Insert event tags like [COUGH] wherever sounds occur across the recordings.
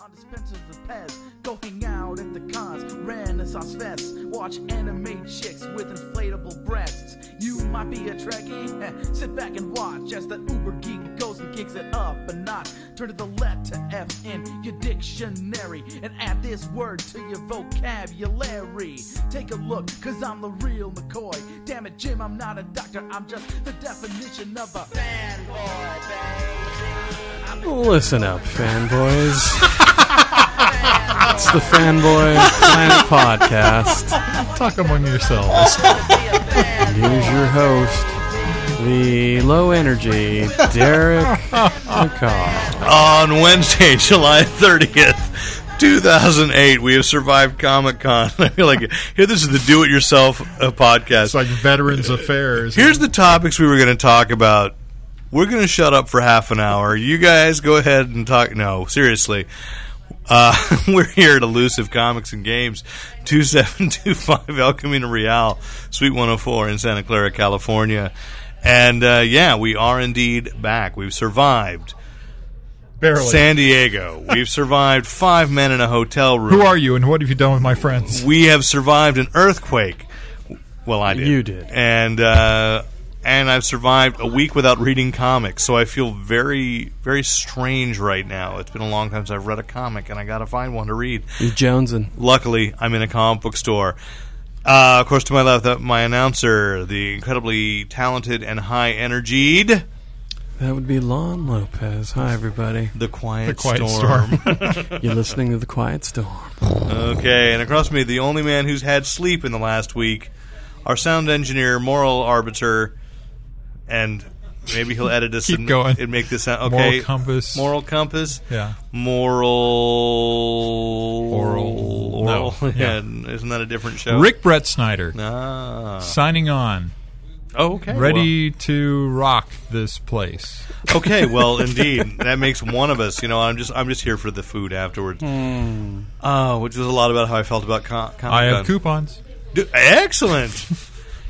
on dispensers with Pez. Go hang out at the cons, Renaissance fests. Watch anime chicks with inflatable breasts. You might be a Trekkie, heh, sit back and watch as the uber geek goes and kicks it up a notch. Turn to the letter F in your dictionary and add this word to your vocabulary. Take a look, cause I'm the real McCoy. Damn it, Jim, I'm not a doctor, I'm just the definition of a Listen up, fanboys. it's the Fanboy Planet Podcast. Talk among yourselves. And here's your host, the low energy Derek McCall. On Wednesday, [LAUGHS] July 30th, 2008, we have survived Comic Con. [LAUGHS] I feel like here, this is the do it yourself podcast. It's like Veterans Affairs. Here's the topics we were going to talk about. We're going to shut up for half an hour. You guys go ahead and talk. No, seriously. Uh, [LAUGHS] we're here at Elusive Comics and Games, 2725 El Camino Real, Suite 104 in Santa Clara, California. And uh, yeah, we are indeed back. We've survived barely. San Diego. We've survived five men in a hotel room. Who are you and what have you done with my [LAUGHS] friends? We have survived an earthquake. Well, I did. You did. And uh, and I've survived a week without reading comics, so I feel very very strange right now. It's been a long time since I've read a comic, and I got to find one to read. You Jonesing. Luckily, I'm in a comic book store. Uh, of course, to my left, uh, my announcer, the incredibly talented and high energied, That would be Lon Lopez. Hi, everybody. the quiet, The Quiet Storm. You're listening to The Quiet Storm. Okay, and across me, the only man who's had sleep in the last week, our sound engineer, moral arbiter, and maybe he'll edit [LAUGHS] us Keep and, going. and make this sound Moral okay. compass. Moral compass. Yeah. Moral. Oral. Oral. No, [LAUGHS] Yeah. yeah. Isn't that a different show? Rick Brett Snyder Ah. signing on, Oh, okay. ready to rock this place. Well, [LAUGHS] okay. Well, indeed, that makes one of us. You know, I'm just I'm just here for the food afterwards. Oh, which was a lot about how I felt about con- Comic Hmm. I have Con. coupons. D- Excellent. [LAUGHS]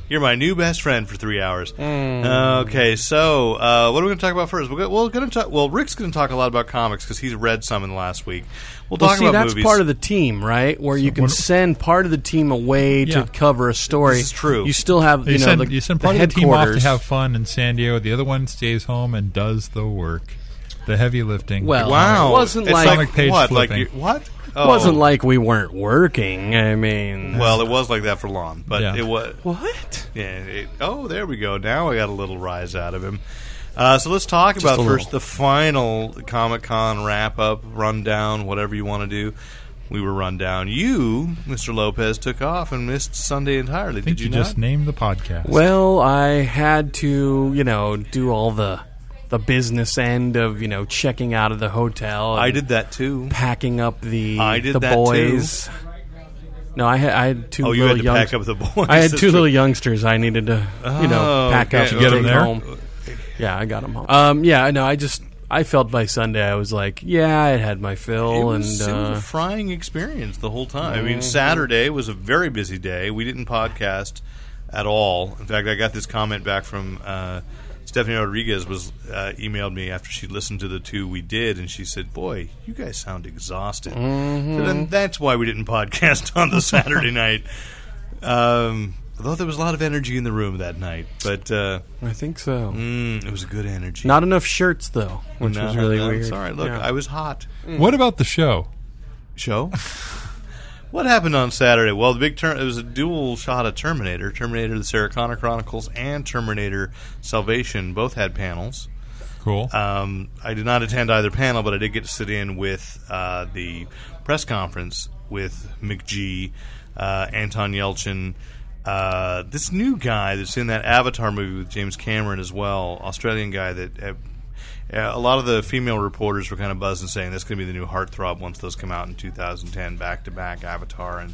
You're my new best friend for three hours. Hmm. Okay, so uh, what are we going to talk about first? We're go- well, going to talk. Well, Rick's going to talk a lot about comics because he's read some in the last week. We'll talk Well, see, about that's movies. part of the team, right? Where you can send part of the team away Yeah. to cover a story. This is true. You still have, you, You, know, send, the, you send part the of the team off to headquarters. have fun in San Diego. The other one stays home and does the work, the heavy lifting. Well, wow. It wasn't It's like- like, Comic page what? Like flipping. you- what? It Oh. wasn't like we weren't working. I mean, Well, it was like that for Lon, but Yeah. it was. what? Yeah. It, oh, there we go. Now I got a little rise out of him. Uh, so let's talk about a first little. the final Comic Con wrap up, rundown, whatever you want to do. We were run down. You, Mr. Lopez, took off and missed Sunday entirely. I think Did you, you, just not? named the podcast. Well, I had to, you know, do all the the business end of, you know, checking out of the hotel. and I did that too. packing up the I did the that too. boys. No, I had I had two Oh, you little had to young- pack up the boys. I had That's two little right. youngsters I needed to, you know, Oh, pack up okay. and You got 'em take there? home. Yeah, I got them home. Um, yeah, no, I just I felt by Sunday I was like, yeah, I had my It fill, was, and it was uh, Mm-hmm. a frying experience the whole time. I mean, Saturday was a very busy day. We didn't podcast at all. In fact, I got this comment back from uh, Stephanie Rodriguez was uh, emailed me after she listened to the two we did, and she said, "Boy, you guys sound exhausted." So Mm-hmm. then that's why we didn't podcast on [LAUGHS] the Saturday night. Um, although there was a lot of energy in the room that night, but uh, I think so. mm, it was a good energy. Not enough shirts though, which was really no, weird. It's all right. Look, Yeah. I was hot what about the show? show. what happened on Saturday? Well, the big turn. It was a dual shot of Terminator, Terminator: The Sarah Connor Chronicles, and Terminator: Salvation. Both had panels. Cool. Um, I did not attend either panel, but I did get to sit in with uh, the press conference with McGee, uh, Anton Yelchin, uh, this new guy that's in that Avatar movie with James Cameron as well, Australian guy that. Uh, uh, a lot of the female reporters were kind of buzzing, saying that's going to be the new heartthrob once those come out in 2010, back to back Avatar and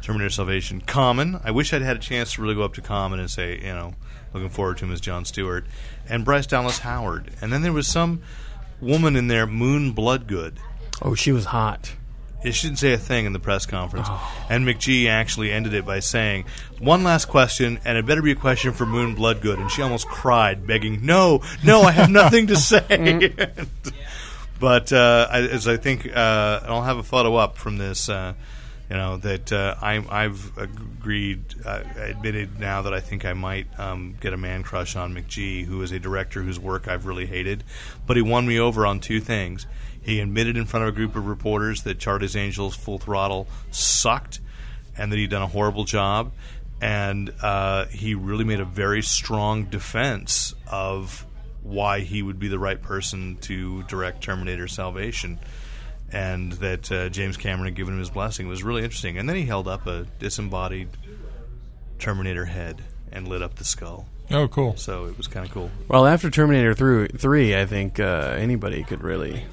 Terminator Salvation. Common. I wish I'd had a chance to really go up to Common and say, you know, looking forward to him as John Stewart, and Bryce Dallas Howard. And then there was some woman in there, Moon Bloodgood. oh, she was hot. It shouldn't say a thing in the press conference. And McGee actually ended it by saying, One last question, and it better be a question for Moon [LAUGHS] Bloodgood. And she almost cried, begging, No, no, I have nothing to say. But uh, I, as I think, uh, and I'll have a photo up from this. Uh, you know that uh, I, I've agreed, uh, admitted now that I think I might um, get a man crush on McGee, who is a director whose work I've really hated. But he won me over on two things. He admitted in front of a group of reporters that Charlie's Angels Full Throttle sucked, and that he'd done a horrible job. And uh, he really made a very strong defense of why he would be the right person to direct Terminator Salvation, and that uh, James Cameron had given him his blessing. It was really interesting. And then he held up a disembodied Terminator head and lit up the skull. Oh, cool. So it was kind of cool. Well, after Terminator through three, I think uh, anybody could really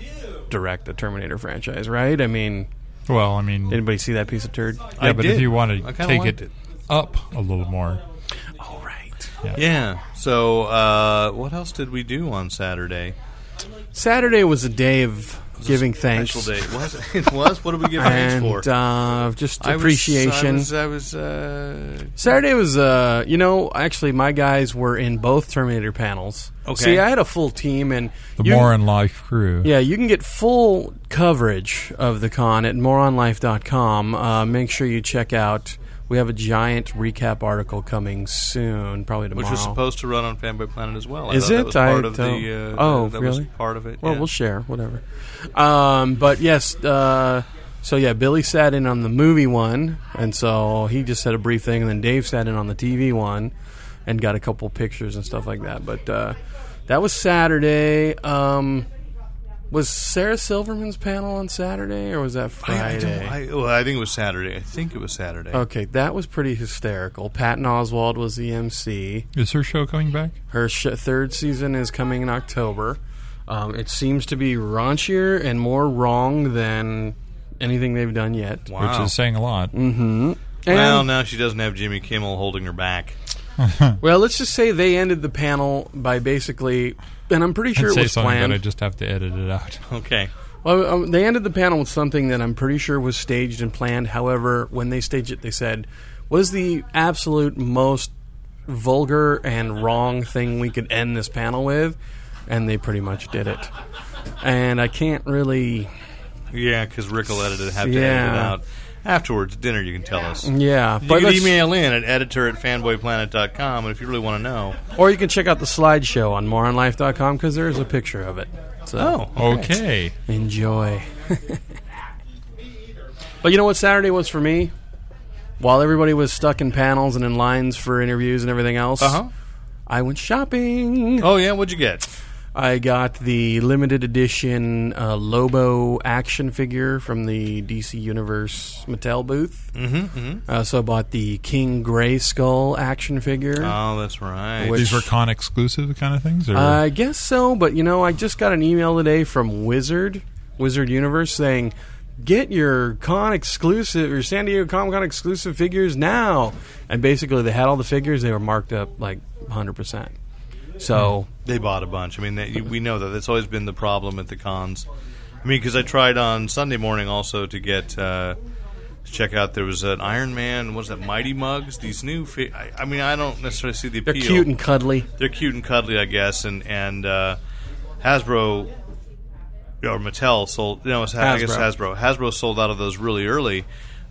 direct the Terminator franchise, right? I mean, Well, I mean, anybody see that piece of turd? I yeah, but if did. you want I to kinda take liked it, it. up a little more, All right. Yeah. So uh, what else did we do on Saturday? Saturday was a day of giving thanks Special day. Was [LAUGHS] it? it was. What did we give and thanks for? uh, just I was- appreciation. I was. I was, uh, Saturday was, uh, you know, actually my guys were in both Terminator panels. Okay. See, I had a full team, and the you- more in life crew. Yeah, you can get full coverage of the con at moronlife.com. Uh, make sure you check out. We have a giant recap article coming soon, probably tomorrow. which was supposed to run on Fanboy Planet as well. I Is thought it? That was part I of the. Uh, don't- oh, that really? Was part of it. Well, yeah. we'll share, whatever. Um, but yes, uh, so yeah, Billy sat in on the movie one, and so he just said a brief thing, and then Dave sat in on the TV one and got a couple pictures and stuff like that. But uh, that was Saturday. Um, was Sarah Silverman's panel on Saturday, or was that I, I don't. Friday? I, well, I think it was Saturday. I think it was Saturday. okay, that was pretty hysterical. Patton Oswald was the MC. Is her show coming back? Her sh- third season is coming in October. Um, it seems to be raunchier and more wrong than anything they've done yet. Wow. Mm. Which is saying a lot. And- well, now she doesn't have Jimmy Kimmel holding her back. well, let's just say they ended the panel by basically, and I'm pretty I'd sure it say was something, planned. but I just have to edit it out. Okay. Well, um, they ended the panel with something that I'm pretty sure was staged and planned. However, when they staged it, they said, "What is the absolute most vulgar and wrong thing we could end this panel with?" And they pretty much did it. And I can't really, Yeah, because Rick will edit it. Have to edit it Yeah. out afterwards. Dinner, you can tell us. yeah. You but can let's- email in at editor at fanboyplanet.com, and if you really want to know. or you can check out the slideshow on moronlife.com because there is a picture of it. So Oh, Okay. enjoy. [LAUGHS] but you know what Saturday was for me? While everybody was stuck in panels and in lines for interviews and everything else, Uh huh. I went shopping. Oh yeah. What'd you get? I got the limited edition uh, Lobo action figure from the DC Universe Mattel booth. Mm-hmm, I also bought the King Gray Skull action figure. Oh, that's right. Which- These were con exclusive kind of things? Or? Uh, I guess so, but you know, I just got an email today from Wizard, Wizard Universe, saying, "Get your con exclusive, your San Diego Comic Con exclusive figures now!" And basically, they had all the figures; they were marked up like 100. percent So They bought a bunch. I mean, that, you- we know that. That's always been the problem at the cons. I mean, because I tried on Sunday morning also to get uh, to check out. There was an Iron Man. What's that? Mighty Mugs. These new. Fi- I, I mean, I don't necessarily see the they're appeal. cute and cuddly. they're cute and cuddly, I guess. And and uh, Hasbro or Mattel sold. No, it's Ha- I guess Hasbro. Hasbro sold out of those really early.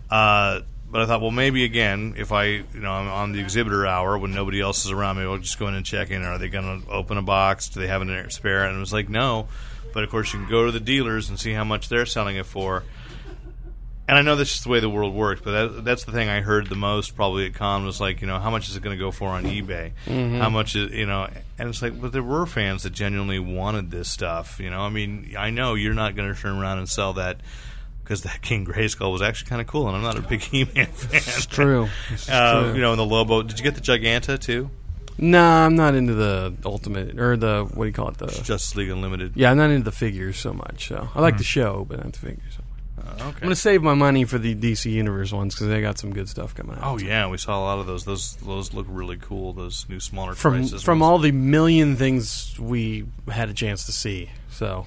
Uh, but I thought, well, maybe again, if I, you know, I'm on the exhibitor hour when nobody else is around, maybe I'll just go in and check in. Are they going to open a box? Do they have an spare? And it was like, no. But of course, you can go to the dealers and see how much they're selling it for. And I know this is the way the world works, but that, that's the thing I heard the most probably at con was like, you know, how much is it going to go for on eBay? Mm-hmm. How much is, you know, and it's like, but there were fans that genuinely wanted this stuff. You know, I mean, I know you're not going to turn around and sell that because that [LAUGHS] King Grayskull was actually kind of cool, and I'm not a big [LAUGHS] He-Man fan. It's true. [LAUGHS] It's Uh, true. you know, and the Lobo. Did you get the Giganta too? Nah, I'm not into the ultimate or the what do you call it? The Justice League Unlimited. yeah, I'm not into the figures so much. So I Mm. like the show, but not the figures. Uh, I'm gonna okay. save my money for the DC Universe ones because they got some good stuff coming out. Oh yeah, we saw a lot of those. Those those look really cool. Those new smaller from prices from all the million things we had a chance to see. So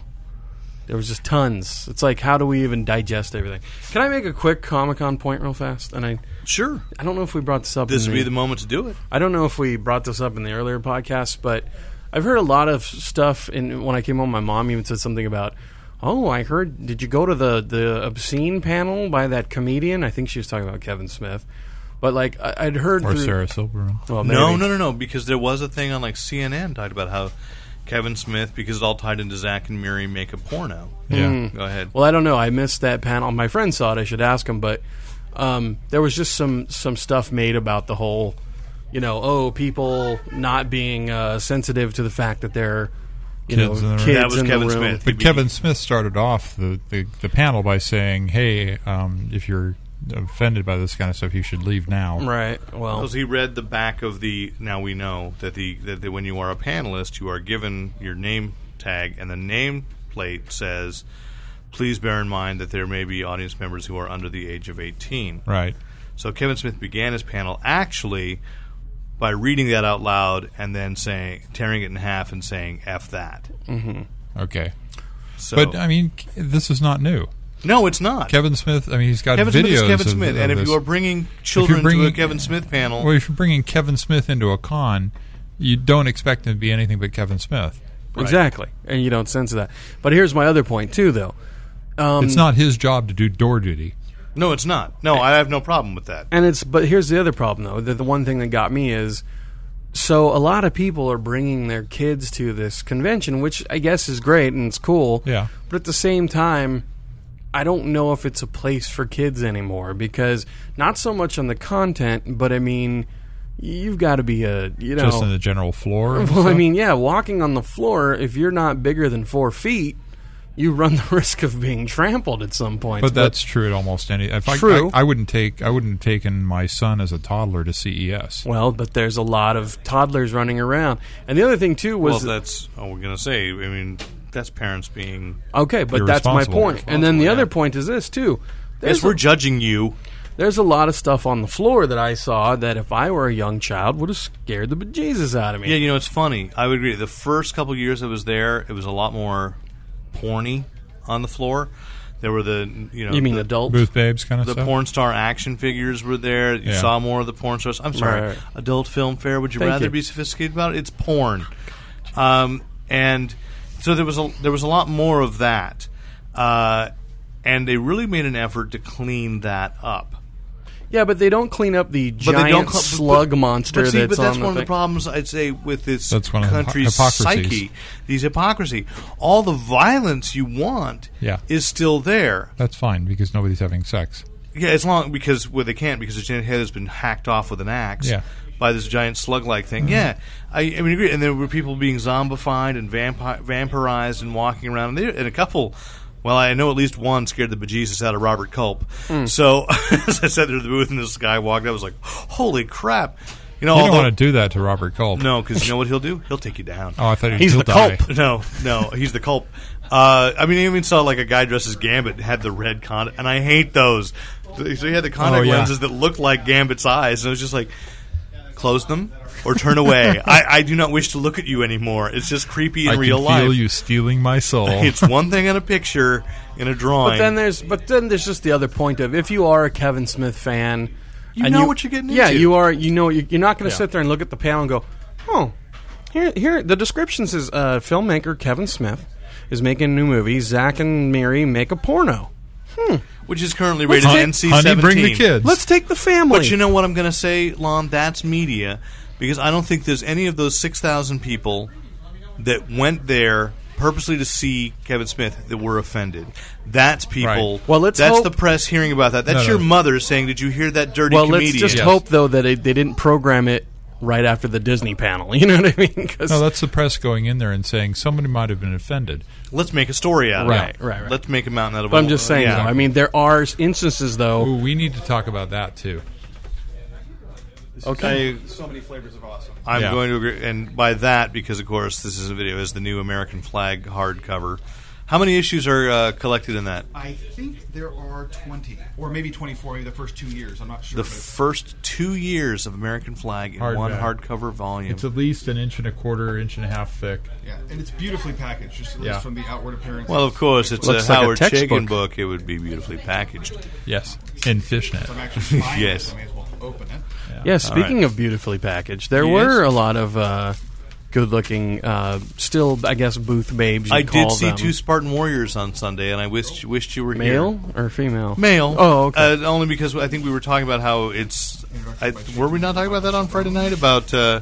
there was just tons. It's like how do we even digest everything? Can I make a quick Comic Con point real fast? And I sure. I don't know if we brought this up. This in would be the moment to do it. I don't know if we brought this up in the earlier podcast, but I've heard a lot of stuff. And when I came home, my mom even said something about, Oh, I heard. Did you go to the the obscene panel by that comedian? I think she was talking about Kevin Smith, but like I, I'd heard Or through. Sarah Silverman. Well, No, maybe. no, no, no. Because there was a thing on like CNN talked about how Kevin Smith, because it all tied into Zach and Miri, make a porno. Yeah. Go ahead. Well, I don't know. I missed that panel. My friend saw it. I should ask him. But um, there was just some some stuff made about the whole, you know, oh, people not being uh, sensitive to the fact that they're, you Kids in know, the room. kids that was in Kevin the room. Smith. He'd But be- Kevin Smith started off the, the, the panel by saying, hey, um, if you're offended by this kind of stuff, you should leave now. Right. Well, Because he read the back of the. Now we know that the that the, when you are a panelist, you are given your name tag, and the name plate says, "Please bear in mind that there may be audience members who are under the age of 18." Right. So Kevin Smith began his panel actually by reading that out loud and then saying, tearing it in half and saying "f that." Okay. So, But, I mean, this is not new. no, it's not. Kevin Smith, I mean, he's got Kevin Smith videos is Kevin of- Smith, of and if this. you are bringing children to a bringing- Kevin Smith panel, Well, if you're bringing Kevin Smith into a con, you don't expect him to be anything but Kevin Smith. exactly. And you don't censor that. But here's my other point too, though. Um, It's not his job to do door duty. no, it's not. No, I have no problem with that. And it's but here's the other problem though. The, the one thing that got me is so a lot of people are bringing their kids to this convention, which I guess is great and it's cool. Yeah. But at the same time, I don't know if it's a place for kids anymore because not so much on the content, but I mean, you've got to be a you know Just on the general floor. [LAUGHS] and well, I stuff. mean, yeah, walking on the floor, if you're not bigger than four feet, you run [LAUGHS] the risk of being trampled at some point. but that's true at almost any. If I- True. I, I wouldn't take. I wouldn't have taken my son as a toddler to E CES. Well, but there's a lot of toddlers running around. And the other thing too Well, was that's oh, we're gonna say. I mean, that's parents being. okay, but that's my Irresponsible. point. And then the Irresponsible, other yeah. point is this too. There's Yes, a, we're judging you. there's a lot of stuff on the floor that I saw that if I were a young child would have scared the bejesus out of me. Yeah, you know, it's funny. I would agree. The first couple years I was there, it was a lot more porny on the floor. There were the you know you mean the, adult? Booth babes kind of the stuff. porn star action figures were there. You Yeah. saw more of the porn stars. I'm sorry, Right. adult film fair. Would you Thank rather you. be sophisticated about it? It's porn, um, and so there was a there was a lot more of that, uh, and they really made an effort to clean that up. Yeah, but they don't clean up the But giant they don't cl- but- slug but- monster But see, that's, but that's on one the of the thing. problems I'd say with this That's one of the country's hypo- hypocrisies. psyche. These hypocrisy, all the violence you want, Yeah. is still there. That's fine because nobody's having sex. Yeah, it's long because well, they can't because the giant head has been hacked off with an axe. Yeah. Mm-hmm. By this giant slug-like thing, yeah, I, I mean, agree. And there were people being zombified and vampi- vampirized and walking around, and, they, and a couple. Well, I know at least one scared the bejesus out of Robert Culp. So [LAUGHS] as I sat there at the booth and this guy walked, I was like, "Holy crap!" You know, You although- don't want to do that to Robert Culp. [LAUGHS] no, because you know what he'll do? He'll take you down. Oh, I thought he'd He's he'll the die. culp. [LAUGHS] No, no, he's the culp. Uh, I mean, I even saw like a guy dressed as Gambit and had the red con, and I hate those. Th- So he had the contact Oh, yeah. lenses that looked like Gambit's eyes, and I was just like, close them or turn [LAUGHS] away. I, I do not wish to look at you anymore. It's just creepy in I real can life. feel you stealing my soul. [LAUGHS] It's one thing in a picture, in a drawing. But then there's but then there's just the other point of if you are a Kevin Smith fan, You and know what you're getting Yeah, into. you are. You know you're, you're not going to Yeah. sit there and look at the panel and go, oh, here here the description says uh, filmmaker Kevin Smith is making a new movie. Zach and Mary make a porno. which is currently rated take- NC-17. Honey, bring the kids. Let's take the family. But you know what I'm going to say, Lon? That's media because I don't think there's any of those 6,000 people that went there purposely to see Kevin Smith that were offended. That's people. Right. Well, let's that's hope- the press hearing about that. That's No, your no. mother saying, "Did you hear that dirty well, comedian?" let's just Yes. hope though that it, they didn't program it right after the Disney panel. [LAUGHS] You know what I mean? 'Cause- no, that's the press going in there and saying somebody might have been offended. Let's make a story out of Right, it. right, right. Let's make a mountain out of. but a I'm just saying. Yeah. though, I mean, there are s- instances though. Ooh, we need to talk about that too. okay. so many flavors of awesome. I'm Yeah. going to agree, and by that, because of course this is a video, is the new American flag hardcover. How many issues are uh, collected in that? I think there are 20, or maybe 24, maybe the first two years. I'm not sure. The but it's- first two years of American flag in one Hardback. hardcover volume. It's at least an inch and a quarter, inch and a half thick. yeah, and it's beautifully packaged, just at Yeah. least from the outward appearance. Well, of course, it's Looks a like a Howard textbook. Chaykin book. It would be beautifully packaged. Yes, in fishnet. [LAUGHS] I'm actually buying Yes. it, so I may as well open it. Yeah, speaking right. of beautifully packaged, there Yes. were a lot of uh, good-looking, uh, still I guess booth babes. you I did call see them. two Spartan warriors on Sunday, and I wished wished you were here. male or female. Male. Oh, okay. Uh, only because I think we were talking about how it's. I, were we not talking about that on Friday night about uh,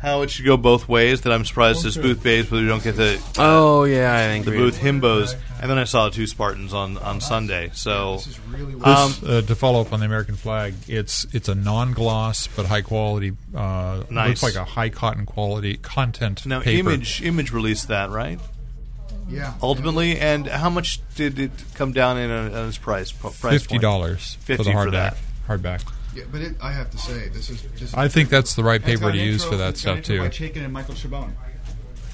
how it should go both ways? That I'm surprised this booth babes, but we don't get the oh yeah, I think the booth himbos. And then I saw two Spartans on on Sunday. So This is really well. Um, This, uh, to follow up on the American flag, it's it's a non-gloss but high quality. Uh, Nice. Looks like a high cotton quality content. now paper. image image released that right yeah. ultimately, and how much did it come down in on, on its price? p- price point? fifty dollars for the $50 hardback. for that. Hardback. Yeah, but it, I have to say, this is just. I think that's the right And it's paper got to an use intro- for that it's got an stuff too. intro By Chaikin and Michael Chabon,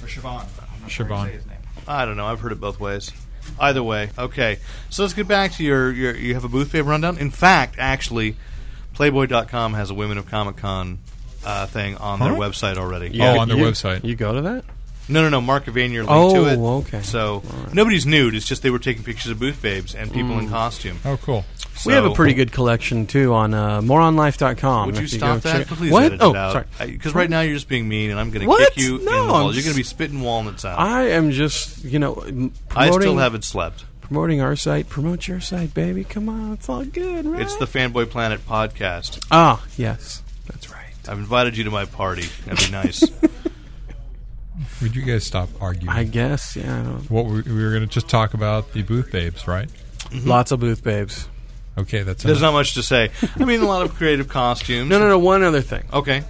or Chabon. I'm not sure how Chabon. to say his name. I don't know. I've heard it both ways. Either way, okay. So let's get back to your, your you have a booth babe rundown. In fact, actually, Playboy.com has a Women of Comic Con uh, thing on their Huh? website already. Yeah. Oh, on their you- website. You go to that? No, no, no. Mark Vanier linked Oh, to it. okay. So nobody's nude. It's just they were taking pictures of booth babes and people in costume. Oh, cool. we have a So- pretty good collection too on uh, moronlife.com. Would you if go stop that? check- Please what? edit oh, it out. sorry. Because right now you're just being mean, and I'm going to What? kick you in the No, balls. I'm You're going to be s- spitting walnuts out. I am just you know m- I promoting still haven't slept. promoting our site. Promote your site, baby. Come on, it's all good, right? It's the Fanboy Planet podcast. ah yes, that's right. I've invited you to my party. That'd [LAUGHS] be nice. Would you guys stop arguing? I guess yeah. I don't- what we, we were going to just talk about the booth babes, right? Mm-hmm. Lots of booth babes. Okay, that's There's enough. not much to say. I mean, a lot of creative costumes. No, no, no. One other thing. Okay.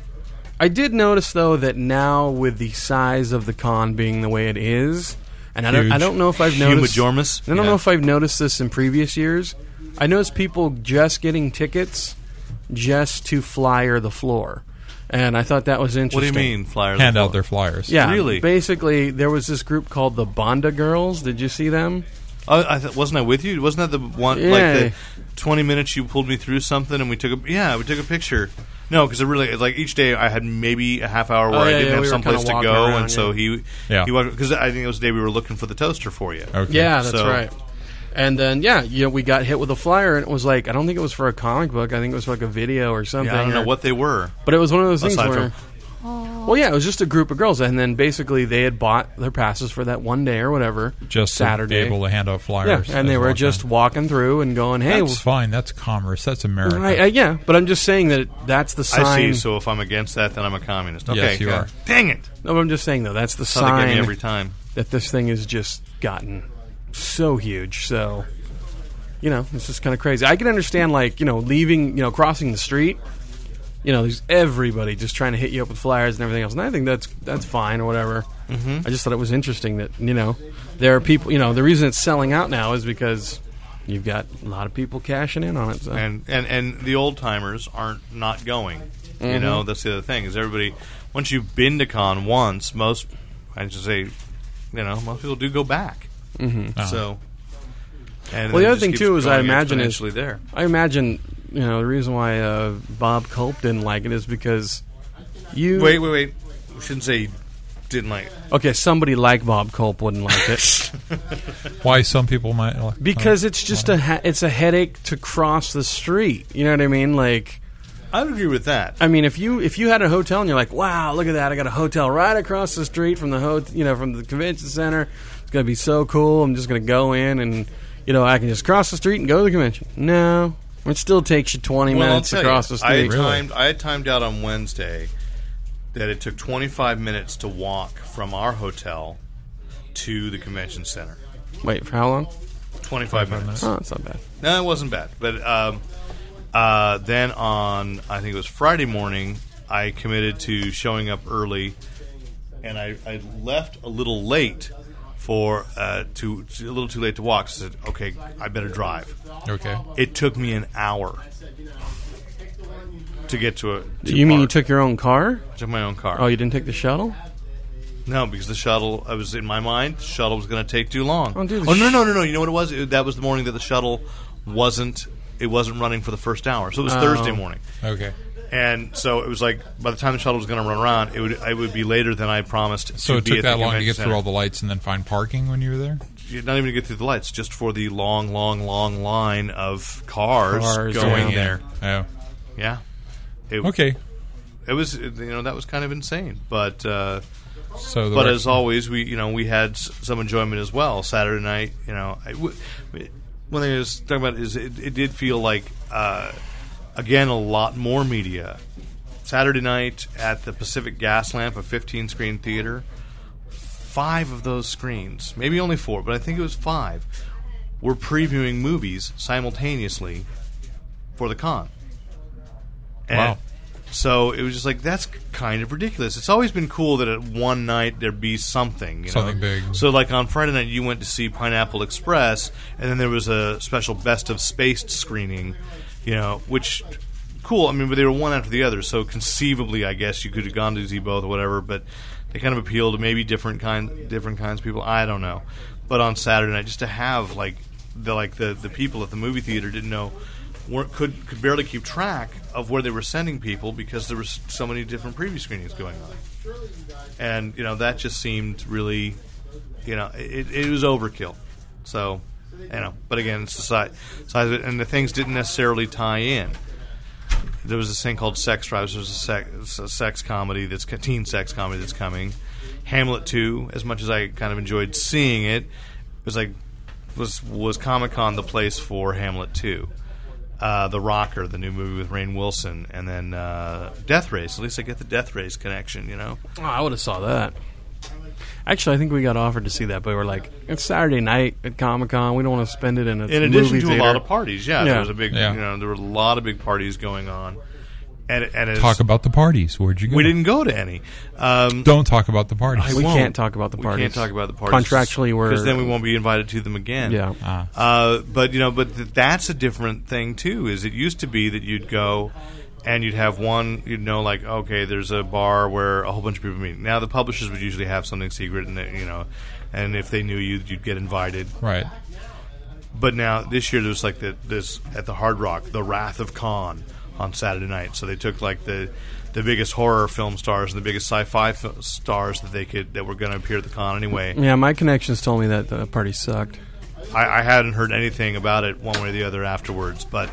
I did notice though that now with the size of the con being the way it is, and I don't, I Huge. don't know if I've noticed. Humajormus. I don't Yeah. know if I've noticed this in previous years. I noticed people just getting tickets just to flyer the floor, and I thought that was What do interesting. you mean, flyer? hand the out floor? their flyers. Yeah, Really? Basically, there was this group called the Bonda Girls. Did you see them? Oh, I th- wasn't I with you? Wasn't that the one? Yeah. Like the 20 minutes you pulled me through something, and we took a yeah, we took a picture. No, because it really it's like each day I had maybe a half hour where I Oh, yeah, didn't yeah, have we were someplace kinda to walking go, around, and so he Yeah. he because I think it was the day we were looking for the toaster for you. Okay. Yeah, that's So- right. And then yeah, you know, we got hit with a flyer, and it was like I don't think it was for a comic book. I think it was for like a video or something. Yeah, I don't know or- what they were. But it was one of those things Aside where. Well, yeah, it was just a group of girls, and then basically they had bought their passes for that one day or whatever, Just Saturday. to be able to hand out yeah, flyers. and they as were well, just then. walking through and going, "Hey, That's fine. That's commerce. That's America. w- right, uh, yeah." But I'm just saying that it, that's the sign. I see. So if I'm against that, then I'm a communist. Okay, Yes, you God. are. Dang it! no, I'm just saying though that's the That's how they get sign me every time. that this thing has just gotten so huge. So, you know, it's just kind of crazy. I can understand, like, you know, leaving, you know, crossing the street. You know, there's everybody just trying to hit you up with flyers and everything else, and I think that's that's fine or whatever. Mm-hmm. I just thought it was interesting that you know there are people. You know, the reason it's selling out now is because you've got a lot of people cashing in on it. So. and and and the old timers aren't not going. Mm-hmm. You know, that's the other thing is everybody. Once you've been to con once, most I should say, you know, most people do go back. Mm-hmm. So, and Well, the it other just thing, keeps too, is I going imagine is- exponentially there. I imagine you know the reason why uh, Bob Culp didn't like it is because you Wait, wait, wait. We shouldn't say didn't like. Okay, somebody like Bob Culp wouldn't like it Why some people might like- because it's just a ha- it's a headache to cross the street. You know what I mean? Like, I would agree with that. I mean, if you if you had a hotel and you're like, wow, look at that, I got a hotel right across the street from the ho- you know, from the convention center. It's gonna be so cool. I'm just gonna go in and you know I can just cross the street and go to the convention. No, it still takes you 20 Well, I'll minutes tell across you, the street. I timed. I had timed out on Wednesday that it took 25 minutes to walk from our hotel to the convention center. Wait for how long? 25, minutes. Oh, it's not bad. No, it wasn't bad. But um, uh, then on, I think it was Friday morning, I committed to showing up early, and I, I left a little late for uh, to, to- a little too late to walk. So I said, okay, I better drive. okay. It took me an hour to get to a. to you mean you park. took your own car? I took my own car? Oh, you didn't take the shuttle? No, because the shuttle. I was in my mind. The shuttle was going to take too long. Oh, dude, the no, no, sh- no, no, no! You know what it was? It- that was the morning that the shuttle wasn't. It wasn't running for the first hour, so it Oh. was Thursday morning, Okay. and so it was like by the time the shuttle was going to run around, it would it would be later than I promised. So to it be took at that the long to convention get center. through all the lights and then find parking when you were there. Not even to get through the lights, just for the long, long, long line of cars, Cars, going yeah. there. Oh, Oh. Yeah. Yeah. It, Okay. It was you know that was kind of insane, but uh, So, the but rec- as always, we you know we had s- some enjoyment as well. Saturday night, you know, I, w- one thing I was talking about is it, it did feel like uh, again a lot more media. Saturday night at the Pacific Gas Lamp, a 15 screen theater, five of those screens, maybe only four, but I think it was five, were previewing movies simultaneously for the con. Wow. So it was just like that's kind of ridiculous. It's always been cool that at one night there'd be something, you know? Something big. So like on Friday night you went to see Pineapple Express, and then there was a special Best of Spaced screening, you know, which cool. I mean, but they were one after the other, so conceivably, I guess you could have gone to see both or whatever. But they kind of appeal to maybe different kind, different kinds of people. I don't know. But on Saturday night, just to have like the like the the people at the movie theater didn't know weren't, could could barely keep track of where they were sending people because there was so many different preview screenings going on, and you know that just seemed really, you know, it, it was overkill. So, you know, but again, it's the size, size of it, and the things didn't necessarily tie in. There was this thing called Sex Drives. There's a sex, a sex comedy that's teen sex comedy that's coming. Hamlet Two. As much as I kind of enjoyed seeing it, it was like was was Comic Con the place for Hamlet Two? uh, The Rocker, the new movie with Rain Wilson, and then uh, Death Race. At least I get the Death Race connection, you know. Oh, I would have saw that. Actually, I think we got offered to see that, but we were like, it's Saturday night at Comic Con. We don't want to spend it in a In addition movie to theater. a lot of parties, yeah, Yeah. there was a big, Yeah. you know, there were a lot of big parties going on, and and it's, talk about the parties. Where'd you go? we didn't go to any. Um, Don't talk about the parties. We won't. can't talk about the We parties. can't talk about the parties Contractually, we're- because then we won't be invited to them again. Yeah. Ah. Uh, but you know, but th- that's a different thing too. Is it used to be that you'd go and you'd have one, you'd know like, okay, there's a bar where a whole bunch of people meet. Now the publishers would usually have something secret, and they- you know, and if they knew you, you'd get invited. Right. But now this year there's like the, this at the Hard Rock, The Wrath of Khan on Saturday night. So they took like the the biggest horror film stars and the biggest sci-fi f- stars that they could that were going to appear at the con anyway. Yeah, my connections told me that the party sucked. I, I hadn't heard anything about it one way or the other afterwards, but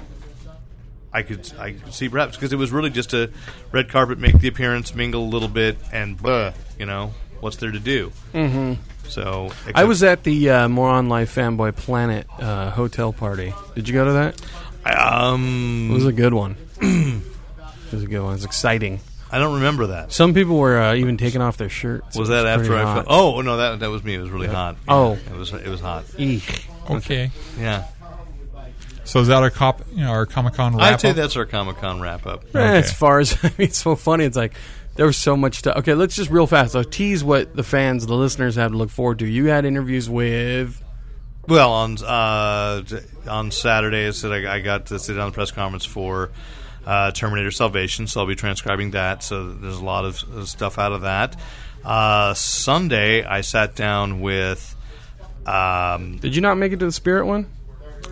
I could I could see perhaps because it was really just a red carpet, make the appearance, mingle a little bit, and blah, you know, what's there to do? Mm-hmm. So I was at the uh, Moron Life Fanboy Planet uh, hotel party. Did you go to that? It um was a good one. [CLEARS THROAT] it was a good one. It was exciting. I don't remember that. Some people were uh, even taking off their shirts. Was It that after pretty I? hot. Fell? Oh no, that that was me. It was really hot. Oh. it was it was hot. Eek. Okay. Yeah, So is that our cop? You know, our Comic Con wrap I'd say up? that's our Comic Con wrap up. Eh, Okay. As far as [LAUGHS] I mean, it's so funny. It's like there was so much stuff. Okay, let's just real fast. I'll tease what the fans, the listeners, have to look forward to. You had interviews with Well, on uh, t- on Saturday, I said I, I got to sit down at the press conference for uh, Terminator Salvation, so I'll be transcribing that. So there's a lot of uh, stuff out of that. Uh, Sunday, I sat down with. Um, Did you not make it to the Spirit one?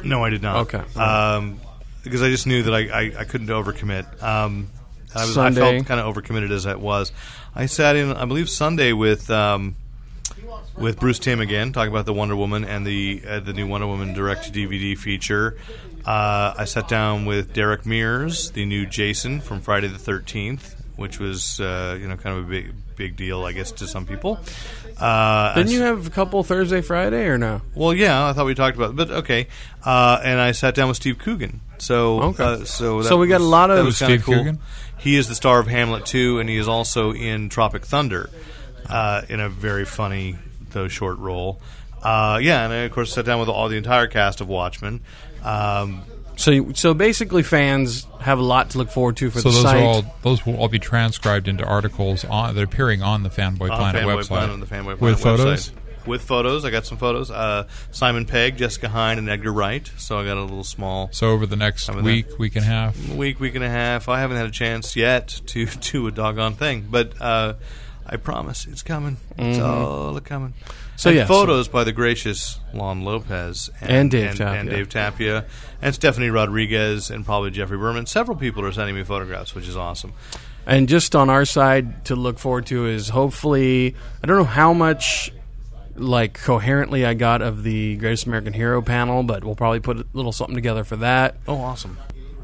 no, I did not. Okay. Um, because I just knew that I, I, I couldn't overcommit. Um, I, was, I Sunday. felt kind of overcommitted as I was. I sat in, I believe, Sunday with um, with Bruce Tim again, talking about the Wonder Woman and the uh, the new Wonder Woman direct to DVD feature. Uh, I sat down with Derek Mears, the new Jason from Friday the Thirteenth, which was uh, you know kind of a big big deal, I guess, to some people. Uh, Didn't I you have a couple Thursday, Friday, or no? well, yeah, I thought we talked about, it, but okay. Uh, and I sat down with Steve Coogan. So, Okay. uh, so So we got a lot that of- was kinda Steve cool. Coogan? He is the star of Hamlet too, and he is also in Tropic Thunder, uh, in a very funny though short role. Uh, yeah, and I of course sat down with all the entire cast of Watchmen. Um, So, you, so basically, fans have a lot to look forward to for So the those site. are all those will all be transcribed into articles on that are appearing on the Fanboy on Planet Fanboy website Planet, on the Fanboy Planet with photos. website. With photos, I got some photos. Uh, Simon Pegg, Jessica Hine, and Edgar Wright. So I got a little small So over the next Over the- week, week and a half, week, week and a half. I haven't had a chance yet to [LAUGHS] do a doggone thing, but uh, I promise it's coming. It's all a coming. Mm-hmm. So, And yeah, so- photos by the gracious Lon Lopez And Dave and, Tapia. Dave Tapia and Stephanie Rodriguez and probably Jeffrey Berman. Several people are sending me photographs, which is awesome. And just on our side to look forward to is hopefully I don't know how much like coherently I got of the Greatest American Hero panel, but we'll probably put a little something together for that. Oh, awesome!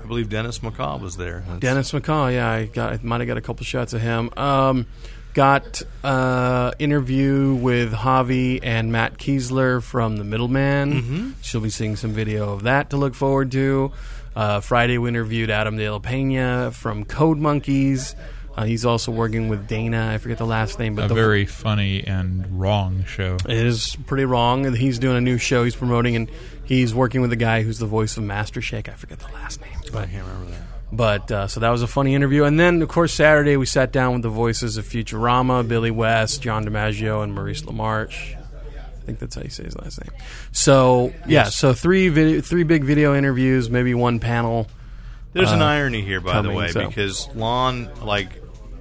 I believe Dennis McCaw was there. That's- Dennis McCaw, yeah, I got I might have got a couple shots of him. Um, got uh, interview with Javi and Matt Kiesler from The Middleman. Mm-hmm. She'll be seeing some video of that to look forward to. Uh, Friday we interviewed Adam De La Pena from Code Monkeys. Uh, he's also working with Dana. I forget the last name, but A the very funny and wrong show. it is pretty wrong. And He's doing a new show he's promoting, and he's working with a guy who's the voice of Master Shake. I forget the last name. I can't remember that. But uh, so that was a funny interview. And then, of course, Saturday we sat down with the voices of Futurama, Billy West, John DiMaggio, and Maurice LaMarche. I think that's how you say his last name. So yeah, so three video, three big video interviews, maybe one panel. There's an irony here, by the coming, way, so. because Lon, like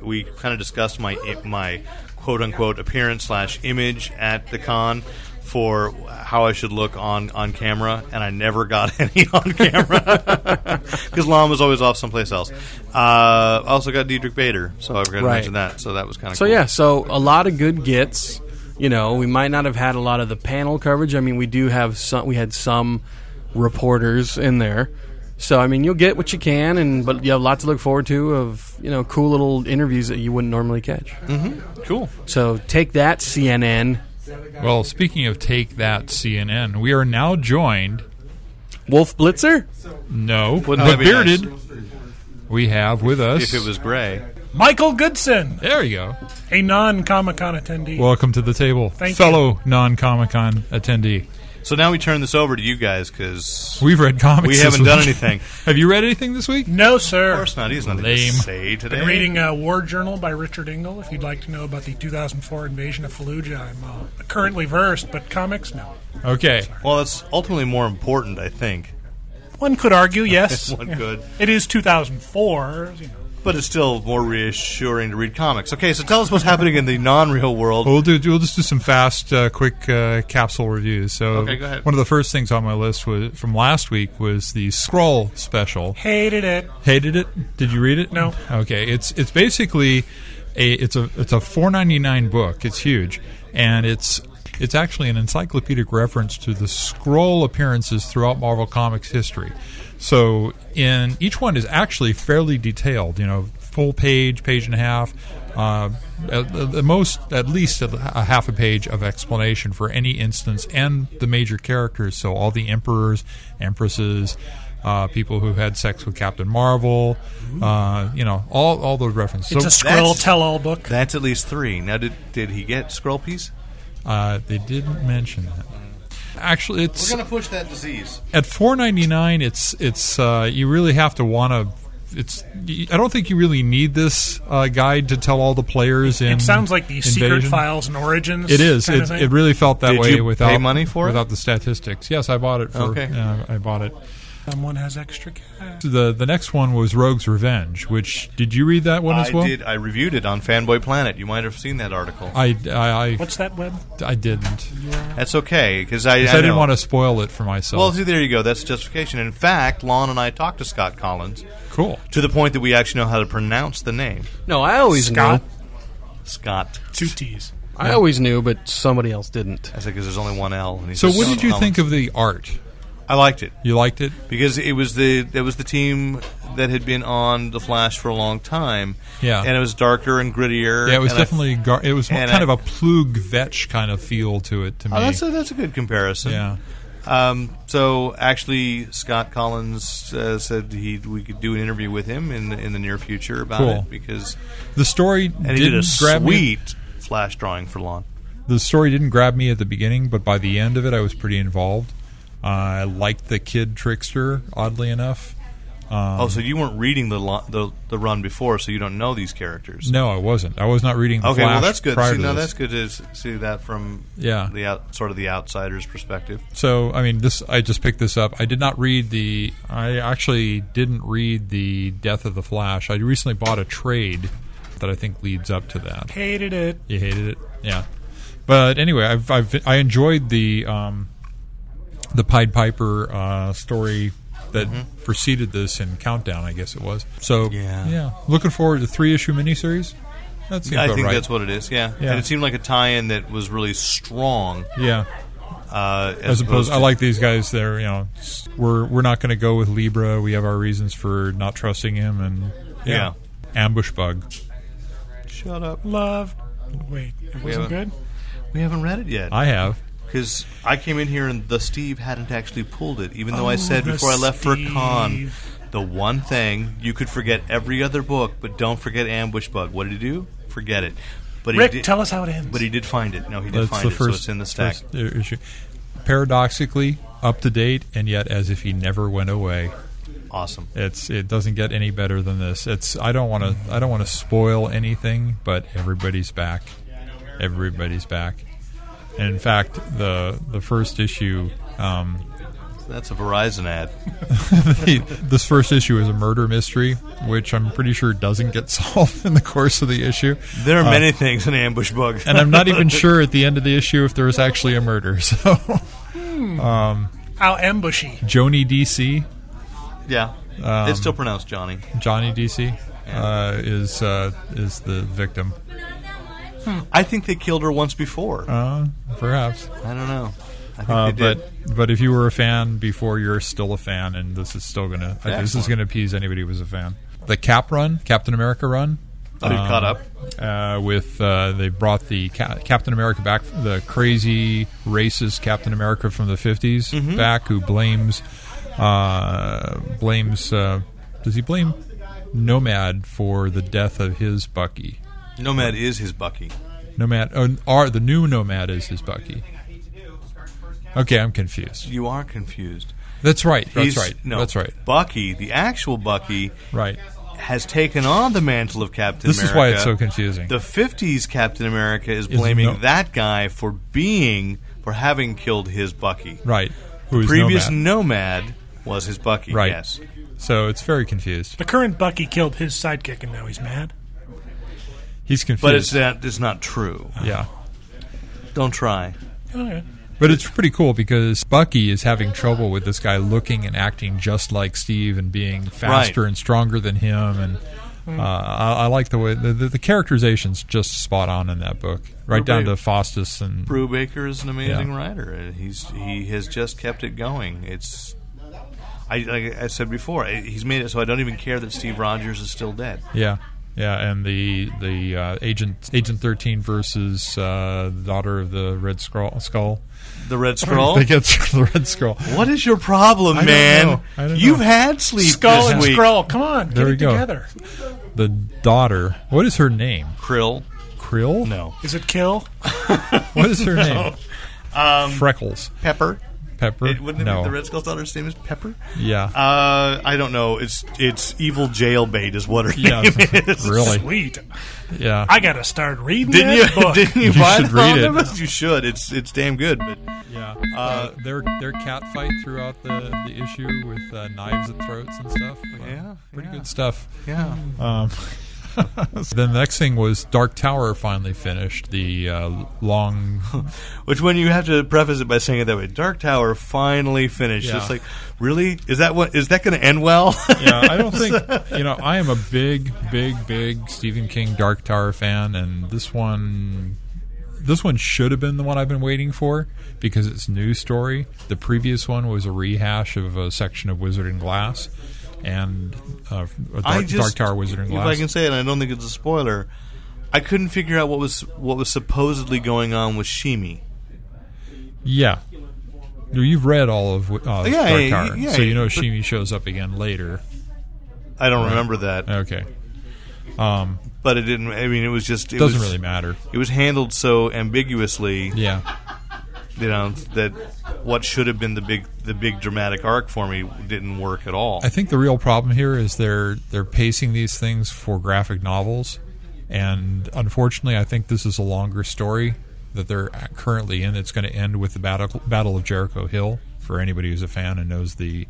we kind of discussed my my quote unquote appearance slash image at the con for how I should look on on camera, and I never got [LAUGHS] any on camera because Lon was always off someplace else. Uh, I also got Diedrich Bader, so I forgot to Right. mention that. So that was kind of So cool. yeah, so a lot of good gets. You know, we might not have had a lot of the panel coverage. I mean, we do have some. We had some reporters in there. So I mean, you'll get what you can, and but you have a lot to look forward to of you know cool little interviews that you wouldn't normally catch. cool. So take that, CNN. Well, speaking of take that CNN, we are now joined. Wolf Blitzer? No, Wouldn't but that be nice? bearded. We have with us. If it was gray, Michael Goodson, there, you go. a non Comic Con attendee. Welcome to the table, Thank fellow non Comic Con attendee. so now we turn this over to you guys because of We've read comics. We this haven't week. done anything. [LAUGHS] have you read anything this week? no, sir. course not. He's nothing Lame. to say today. I'm reading uh, a War Journal by Richard Engel. If you'd like to know about the 2004 invasion of Fallujah, I'm uh, currently versed, but comics, no. Okay, Well, that's ultimately more important, I think. One could argue, yes. [LAUGHS] One could. It is 2004. You know. But it's still more reassuring to read comics. Okay, so tell us what's happening in the non-real world. Well, we'll do. We'll just do some fast, uh, quick uh, capsule reviews. So, Okay, go ahead. one of the first things on my list was from last week was the Scroll special. Hated it. Hated it? Did you read it? No. Okay. It's it's basically a it's a it's a four ninety nine book. It's huge, and it's it's actually an encyclopedic reference to the scroll appearances throughout Marvel Comics history. So in each one is actually fairly detailed. You know, full page, page and a half. Uh, at the the most, at least a a half a page of explanation for any instance and the major characters. So all the emperors, empresses, uh, people who had sex with Captain Marvel, uh, you know, all, all those references. Mm-hmm. It's a so, Skrill that's- tell all book. That's at least three. Now, did did he get scroll piece? uh, they didn't mention that. Mm. Actually, it's We're gonna push that disease. at four ninety nine. It's it's uh, you really have to want to. It's y- I don't think you really need this uh, guide to tell all the players. In It sounds like the secret Invasion. files and origins. It is. kinda It, thing. it really felt that Did way you pay without money for it? without the statistics. Yes, I bought it. For, Okay. uh, I bought it. Someone has extra cash. The the next one was Rogue's Revenge. Which did you read that one I as well? Uh-huh. did. I reviewed it on Fanboy Planet. You might have seen that article. I I I, What's that web? I didn't. That's okay because I, I, So I didn't know. want to spoil it for myself. Well, see, there you go. That's justification. In fact, Lon and I talked to Scott Collins cool. to the point that we actually know how to pronounce the name No, I always Scott? knew. Scott. Two T's. I always knew, but somebody else didn't. I said because there's only one L. And he So, says what did you Collins. think of the art? I liked it. You liked it? because it was the that was the team that had been on the Flash for a long time. Yeah. and it was darker and grittier. Yeah, it was and I- definitely. gar- it was and kind of I- a Plug Vetch kind of feel to it to me. oh, that's a that's a good comparison. yeah. Um, so actually, Scott Collins uh, said he we could do an interview with him in in the near future about Cool. it because The story and didn't he did a grab me. sweet Flash drawing for Lon. the story didn't grab me at the beginning, but by the end of it, I was pretty involved. Uh, I liked the kid trickster, oddly enough. oh, so you weren't reading the, lo- the the run before, so you don't know these characters. No, I wasn't. I was not reading. The Okay, Flash well that's good. Prior See, to no, this. that's good to s- see that from Yeah. the out, sort of the outsider's perspective. So, I mean, this I just picked this up. I did not read the. I actually didn't read the Death of the Flash. I recently bought a trade that I think leads up to that. Hated it. You hated it, yeah. But anyway, I've, I've I enjoyed the um, the Pied Piper uh, story that preceded this in Countdown, I guess it was. So Mm-hmm. Yeah. looking forward to three issue miniseries. That seems I about think right. that's what it is. Yeah. Yeah. and it seemed like a tie-in that was really strong. yeah. Uh, As as, opposed, to, I like these guys. They're you know, s- we're we're not going to go with Libra. We have our reasons for not trusting him, and yeah, ambush bug. shut up. Love Wait, it We wasn't haven't- good? We haven't read it yet. I have. Because I came in here and the Steve hadn't actually pulled it, even though I Oh, said the before I left for con, Steve. the one thing you could forget every other book, but don't forget Ambush Bug. What did he do? Forget it. But Rick, he did, tell us how it ends. But he did find it. No, he did That's find the it. first so it's in the stack. first, uh, issue. Paradoxically, up to date, and yet as if he never went away. Awesome. It's it doesn't get any better than this. It's I don't want to I don't want to spoil anything, but everybody's back. Everybody's back. And in fact, the the first issue, um, That's a Verizon [LAUGHS] ad. the, this first issue is a murder mystery, which I'm pretty sure doesn't get [LAUGHS] solved in the course of the issue. There are many things in Ambush Bug. Uh, And I'm not even sure at the end of the issue if there was actually a murder. [LAUGHS] So how ambushy. Joni DC, [LAUGHS] yeah. Um, it's still pronounced Johnny. Johnny DC, uh, is uh, is the victim. I think they killed her once before. Uh, perhaps. I don't know. I think Uh, they did. but but if you were a fan before, you're still a fan, and this is still gonna uh, this is Excellent. gonna appease anybody who was a fan. The Cap run, Captain America run, Oh, they've caught up. uh, with uh, they brought the Ca- Captain America back, the crazy racist Captain America from the 50s Mm-hmm. back, who blames uh, blames uh, does he blame Nomad for the death of his Bucky? Nomad is his Bucky. Nomad, oh, are the new Nomad is his Bucky? Okay, I'm confused. You are confused. That's right. He's- That's right. No, That's right. Bucky, the actual Bucky, Right. has taken on the mantle of Captain This America. is why it's so confusing. The 50s Captain America is blaming no- that guy for being, for having killed his Bucky. right. Who is Previous Nomad. nomad. was his Bucky, Right. yes. so it's very confused. The current Bucky killed his sidekick, and now he's mad. He's confused. But it's, that, it's not true. yeah. Don't try. Okay. But it's pretty cool because Bucky is having trouble with this guy looking and acting just like Steve and being faster Right. Mm-hmm. and stronger than him. And uh, I, I like the way the, the, the characterization's just spot on in that book, right down to Everybody- Faustus and Brubaker is an amazing Yeah. writer, and he's he has just kept it going. It's I like I said before, I- he's made it so I don't even care that Steve Rogers is still dead. yeah, yeah, and the the uh, agent Agent Thirteen versus uh, the daughter of the Red Skull. skull. [LAUGHS] The Red Scroll. They get the Red Skull. What is your problem, don't man? know. I don't You've know. had sleep Skull this and week. Scroll, come on, There get we it go. together. The daughter. What is her name? Krill. Krill. No. Is it kill? What is [LAUGHS] her name? Freckles. Pepper. Pepper. Um, It, wouldn't it no. be the Red Skull's daughter's name is Pepper? yeah. Uh, I don't know. It's it's evil jailbait is what her Yeah, name [LAUGHS] is. really. Sweet. Yeah. I gotta start reading Didn't this you [LAUGHS] book. didn't [LAUGHS] you, You buy should the read it. omnibus? You should. It's it's damn good. But yeah. uh, their their cat fight throughout the, the issue with uh, knives at throats and stuff. Uh, Yeah, Pretty yeah. good stuff. yeah. Um, then the next thing was Dark Tower finally finished. The uh, [LAUGHS] long. Which when you have to preface it by saying it that way, Dark Tower finally finished. Yeah. It's like, really? Is that what? Is that going to [LAUGHS] end well? Yeah, I don't think you know. I am a big, big, big Stephen King Dark Tower fan, and this one, this one should have been the one I've been waiting for because it's new story. The previous one was a rehash of a section of Wizard and Glass, and uh, a I Dark, Dark Tower Wizard and if Glass. I can say it, and I don't think it's a spoiler. I couldn't figure out what was what was supposedly going on with Shimi. Yeah. No, You've read all of uh, Dark Oh, yeah, yeah, Tower, yeah, so you know but- Shimi shows up again later. I don't remember that, Okay, um, but it didn't. I mean, it was just it doesn't was, really matter. It was handled so ambiguously, Yeah, you know, that what should have been the big the big dramatic arc for me didn't work at all. I think the real problem here is they're they're pacing these things for graphic novels, and unfortunately, I think this is a longer story that they're at- currently in. It's going to end with the battle Battle of Jericho Hill for anybody who's a fan and knows the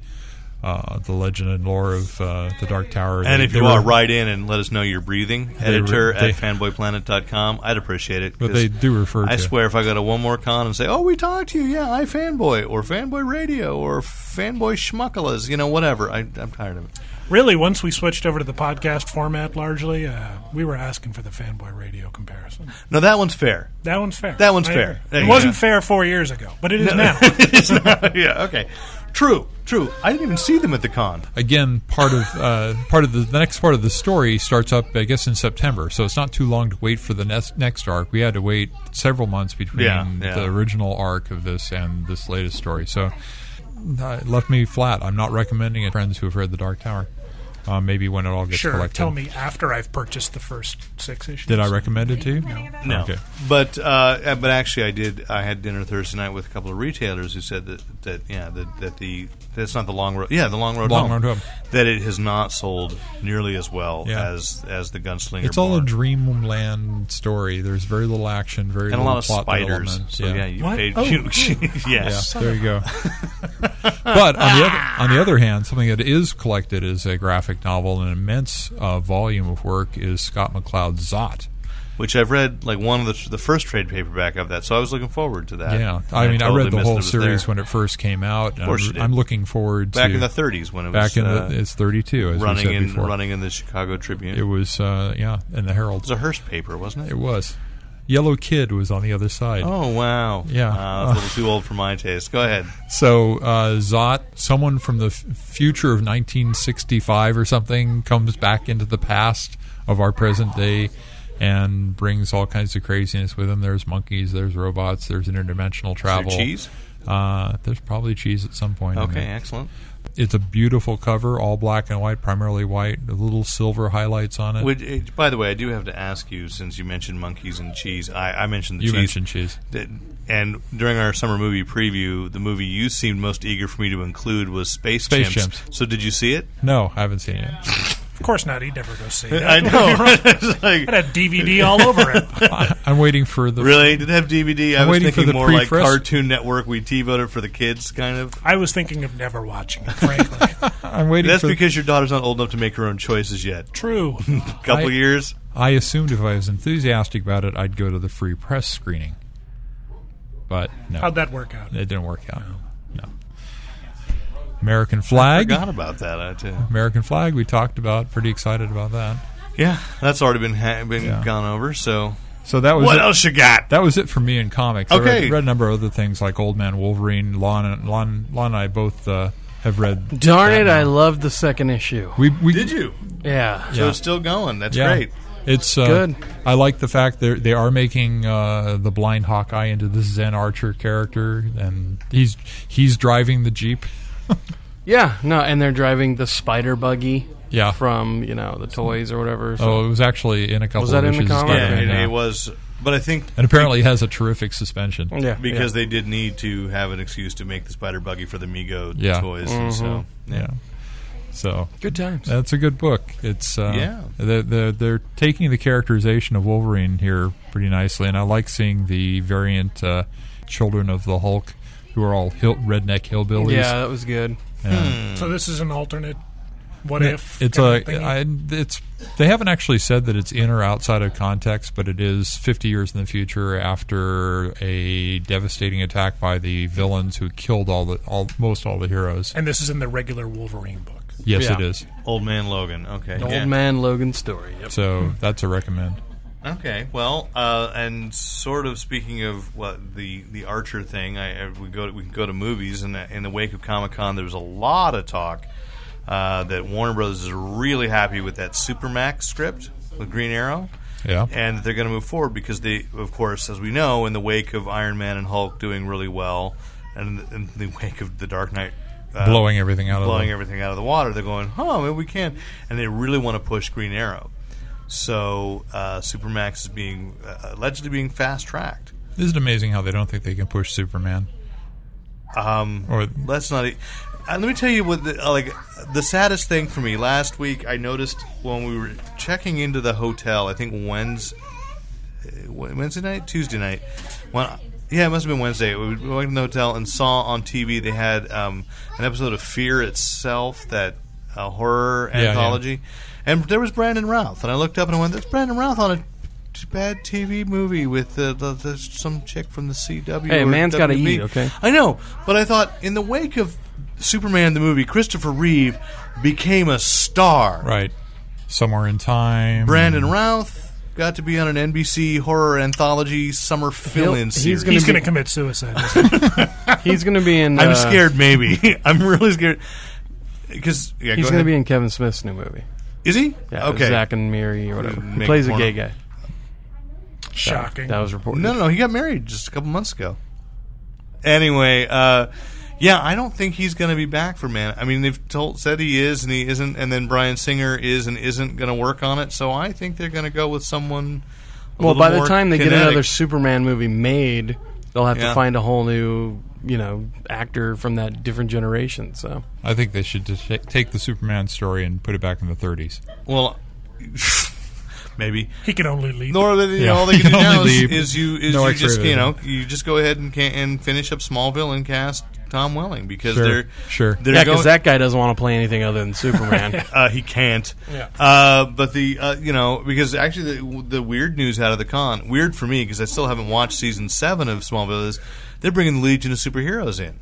uh, the legend and lore of uh, the Dark Tower. and They- if they you were- are, write in and let us know you're breathing. Editor re- they- at fanboyplanet.com. I'd appreciate it. but 'cause they do refer. I to swear, if I go to one more con and say, "Oh, we talked to you," yeah, I fanboy or fanboy radio or fanboy schmuckalas, you know, whatever. I, I'm tired of it. Really, once we switched over to the podcast format largely, uh, we were asking for the fanboy radio comparison. No, that one's fair. [LAUGHS] That one's fair. That one's I fair. agree. There It you wasn't go. [LAUGHS] fair four years ago, but it is now. It's not- yeah, okay. True, true. I didn't even see them at the con. Again, part of uh, part of the, the next part of the story starts up, I guess, in September. So it's not too long to wait for the next next arc. We had to wait several months between Yeah, yeah. the original arc of this and this latest story. So uh, it left me flat. I'm not recommending it. to Friends who have read the Dark Tower, uh, maybe when it all gets Sure, collected. tell me after I've purchased the first six issues. Did I recommend it to you? No. No, Okay. but uh, but actually, I did. I had dinner Thursday night with a couple of retailers who said that that yeah that, that the that's not the long road. Yeah, the long road. Long home, Road Home. That it has not sold nearly as well Yeah. as as the Gunslinger. It's all a Barn. dreamland story. There's very little action, very and a little lot of plot spiders. development. So yeah, you What? paid. Oh. you- [LAUGHS] Yeah, yes. there you go. [LAUGHS] but on the other, on the other hand, something that is collected as a graphic novel, an immense uh, volume of work is Scott McCloud's Zot. which I've read like one of the, the first trade paperback of that, so I was looking forward to that. Yeah, And I mean, I, totally read the missed it whole was series there. when it first came out. course I'm, you did. I'm looking forward back to in the 30s when it was back in uh, the it's 32 as running we said in before. running in the Chicago Tribune. It It was uh, yeah, in the Herald. was a Hearst paper, wasn't It it? was. Yellow Kid was on the other side. Oh wow! Yeah. uh, that's a little too old for my taste. Go ahead. So uh, Zot, someone from the f- future of 1965 or something, comes back into the past of our present day and brings all kinds of craziness with him. There's monkeys, there's robots, there's interdimensional travel. Mm-hmm. cheese? Uh, there's probably cheese at some point. in Okay, there. excellent. It's a beautiful cover, all black and white, primarily white, the little silver highlights on it. Would, eh, by the way, I do have to ask you since you mentioned monkeys and cheese. I, I mentioned the you cheese. mentioned cheese. That- and during our summer movie preview, the movie you seemed most eager for me to include was Space, Space Chimps. Chimps. So did you see it? No, I haven't seen it. [LAUGHS] Of course not. He'd never go see it. I know. [LAUGHS] It's like- It had DVD all over it. I, I'm waiting for the Really? Did it have DVD? i I'm was waiting for thinking the more like pre-press- Cartoon Network. We T-voted for the kids, kind of. I was thinking of never watching [LAUGHS] it, frankly. I'm waiting That's for because your daughter's not old enough to make her own choices yet. True. couple I- years. I assumed if I was enthusiastic about it, I'd go to the free press screening. But no, How'd that work out? it didn't work out. No. American flag. Forgot about that. I too. American flag. We talked about. Pretty excited about that. Yeah, that's already been ha- been Yeah. gone over. So So that was what it. else you got? That was it for me in comics. I Okay. read, read a number of other things like Old Man Wolverine. Lon and Lon, Lon and I both uh, have read. Darn it! Batman. I loved the second issue. We, we Did you? Yeah, So it's still going. That's Yeah. great. It's uh, Good. I like the fact that they are making uh, the blind Hawkeye into this Zen Archer character, and he's he's driving the jeep. yeah. No, and they're driving the spider buggy Yeah. from you know the toys or whatever. So oh, it was actually in a couple Was that of in the issues. of comic? Yeah, Spider-Man, it, yeah. it was. But I think And apparently, it has a terrific suspension. yeah, because yeah. they did need to have an excuse to make the spider buggy for the Mego Yeah. toys, and so Mm-hmm. Yeah. So good times. that's a good book. It's uh, Yeah. They're, they're, they're taking the characterization of Wolverine here pretty nicely, and I like seeing the variant uh, children of the Hulk, who are all hill, redneck hillbillies. yeah, that was good. So this is an alternate what if? it's a kind of thingy? I, it's they haven't actually said that it's in or outside of context, but it is 50 years in the future after a devastating attack by the villains who killed all the all most all the heroes. and this is in the regular Wolverine book. Yes, Yeah. it is. Old Man Logan. Okay, The yeah. Old man Logan story. Yep. So that's a recommend. Okay, well, uh, and sort of speaking of what the the Archer thing, I, I, we go we can go to movies, and uh, in the wake of Comic Con, there was a lot of talk uh, that Warner Brothers is really happy with that Supermax script with Green Arrow, Yeah. and that they're going to move forward because they, of course, as we know, in the wake of Iron Man and Hulk doing really well, and in the wake of the Dark Knight. Uh, blowing everything out blowing of everything out of the water. They're going, huh, maybe we can. And they really want to push Green Arrow. So uh, Supermax is being uh, allegedly being fast tracked. them. Isn't it amazing how they don't think they can push Superman? Um, or Let's not. e- Uh, let me tell you what the, uh, like the saddest thing for me last week. I noticed when we were checking into the hotel. I think Wednesday, Wednesday night, Tuesday night. When yeah, it must have been Wednesday. We were in the hotel and saw on TV they had um, an episode of Fear itself, that uh, horror yeah. anthology, and there was Brandon Routh. And I looked up and I went, "That's Brandon Routh on a." t- Bad TV movie with uh, the, the, some chick from the CW. Hey, or man's gotta WB. eat, okay? I know, but I thought in the wake of Superman the movie, Christopher Reeve became a star. right somewhere in time. Brandon Routh got to be on an NBC horror anthology summer fill-in he's series. gonna He's going to be- commit suicide. [LAUGHS] He's going to be in. I'm uh, scared. Maybe [LAUGHS] I'm really scared because yeah, He's go going to ahead. be in Kevin Smith's new movie. Is he? Yeah, okay. Zach and Miri or whatever. He Make plays a porno. gay guy. Shocking. That was reported. No, no, no, he got married just a couple months ago. Anyway, uh, yeah, I don't think he's going to be back for man. I mean, they've told said he is and he isn't, and then Brian Singer is and isn't going to work on it. So I think they're going to go with someone. a Well, little by the more time they get kinetic. another Superman movie made, they'll have Yeah. to find a whole new, you know, actor from that different generation. So I think they should just ta- take the Superman story and put it back in the 30s. well, [LAUGHS] maybe. he can only leave. Nor you Yeah. know, all they can [LAUGHS] do You only now is, leave. is you is No you X-ray just you vision. know you just go ahead and can, and finish up Smallville and cast Tom Welling because Sure, they're sure. they're yeah, going, because that guy doesn't want to play anything other than Superman. Uh, he can't. Yeah. Uh, but the uh, you know because actually the, the weird news out of the con weird for me because I still haven't watched season seven of Smallville is they're bringing the Legion of Superheroes in.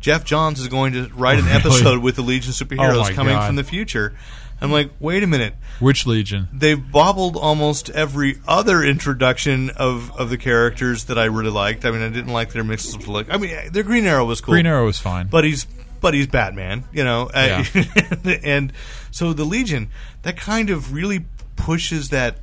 Jeff Johns is going to write an [LAUGHS] Really? Oh episode with the Legion of Superheroes my coming God. from the future. I'm like, wait a minute. Which Legion? They've bobbled almost every other introduction of, of the characters that I really liked. I mean, I didn't like their mixes of look. I mean, their Green Arrow was cool Green Arrow was fine. but he's but he's Batman, you know. Uh, [LAUGHS] and so the Legion that kind of really pushes that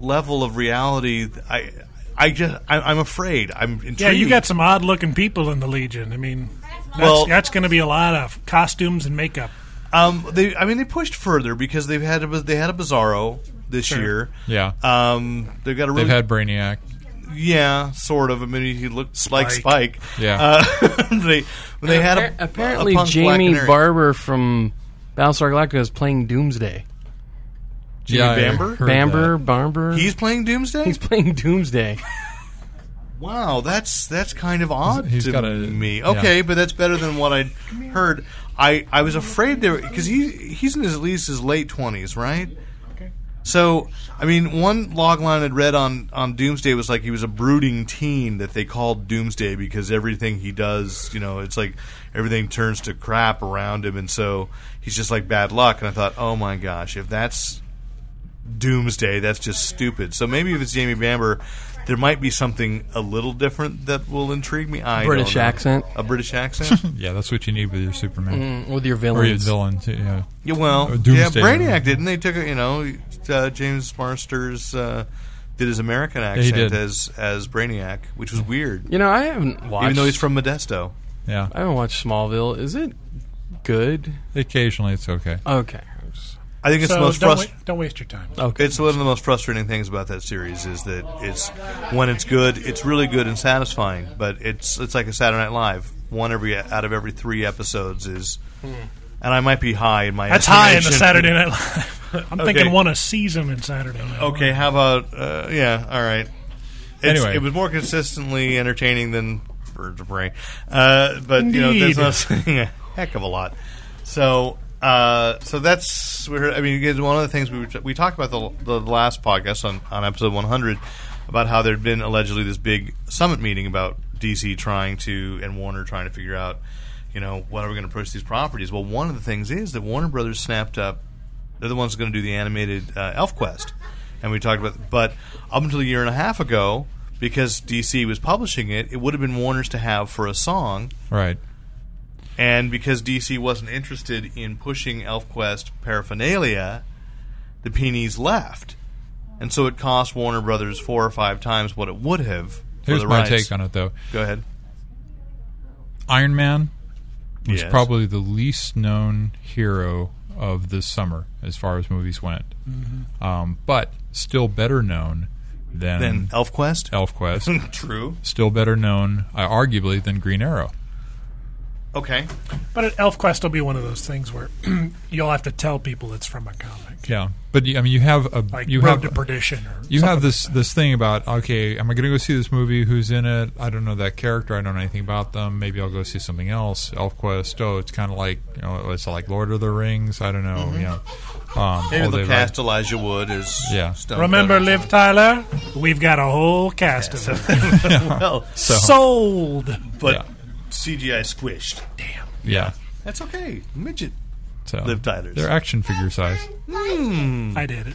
level of reality. I I just I, I'm afraid I'm intrigued. Yeah, you got some odd looking people in the Legion. I mean, that's, Well- that's going to be a lot of costumes and makeup. um they I mean they pushed further because they've had a, they had a Bizarro this Sure. year. yeah. Um, they've got a really They've had Brainiac. yeah, sort of. I mean, he looked like Spike. [LAUGHS] Spike. Yeah. Uh, they [LAUGHS] they had a, apparently a punk Black Jamie Canary. Barber from Battlestar Galactica is playing Doomsday. Jimmy Bamber? Bamber, Barber. He's playing Doomsday. he's playing Doomsday. Wow, that's that's kind of odd He's- he's to got a- me. yeah. Okay, but that's better than what I'd heard. I, I was afraid there because he he's in his, at least his late twenties, right? So I mean, one log line I'd read on on Doomsday was like he was a brooding teen that they called Doomsday because everything he does, you know, it's like everything turns to crap around him, and so he's just like bad luck. And I thought, oh my gosh, if that's Doomsday. That's just stupid. So maybe if it's Jamie Bamber, there might be something a little different that will intrigue me. I British don't know. accent. a British accent. Yeah, that's what you need with your Superman. With your Or your villains. villain, too, yeah. yeah, well, Or Doomsday. yeah, Brainiac didn't they took a, you know uh, James Marsters uh, did his American he accent did. as as Brainiac, which was weird, You know, I haven't watched. even though he's from Modesto. Yeah. I haven't watched Smallville. Is it good? Occasionally it's okay. Okay. I think it's the So most don't, frust- wa- don't waste your time. Okay. It's one of the most frustrating things about that series is that it's when it's good, it's really good and satisfying. But it's it's like a Saturday Night Live. One every out of every three episodes is, and I might be high in my. Hmm. That's high in the estimation. Saturday Night Live. [LAUGHS] I'm Okay. thinking one a season in Saturday Night. Live. Okay, how about uh, yeah? All right. It's- Anyway. it was more consistently entertaining than Birds of Prey, uh, but you know that's Indeed. not saying a [LAUGHS] heck of a lot. So. Uh, so that's we're, I mean, because one of the things we were t- we talked about the, the last podcast on, on episode 100 about how there had been allegedly this big summit meeting about DC trying to and Warner trying to figure out, you know, what are we going to approach these properties. Well, one of the things is that Warner Brothers snapped up they're the ones going to do the animated uh, ElfQuest, and we talked about. But up until a year and a half ago, because DC was publishing it, it would have been Warner's to have for a song, Right. and because DC wasn't interested in pushing ElfQuest paraphernalia, the Peonies left, and so it cost Warner Brothers four or five times what it would have. for Here's the my rights. take on it, though. Go ahead. Iron Man was Yes. probably the least known hero of this summer as far as movies went, Mm-hmm. um, but still better known than, then ElfQuest. [LAUGHS] ElfQuest. True. still better known, uh, arguably, than Green Arrow. Okay. But at ElfQuest will be one of those things where [CLEARS THROAT] you'll have to tell people it's from a comic, Yeah, but you- I mean, you have a like you have Road to Perdition. Or you have this this thing about okay, am I going to go see this movie? Who's in it? I don't know that character. I don't know anything about them. Maybe I'll go see something else. ElfQuest. Oh, it's kind of like you know, it's like Lord of the Rings. I don't know. You know, um, Maybe all the they've- cast Elijah Wood is Yeah. Stone Remember Liv Tyler? We've got a whole cast of them. [LAUGHS] well, So Sold. but Yeah. CGI squished. yeah. That's okay. Midget. So Liv Tyler's. They're action figure size. Hmm. I did it.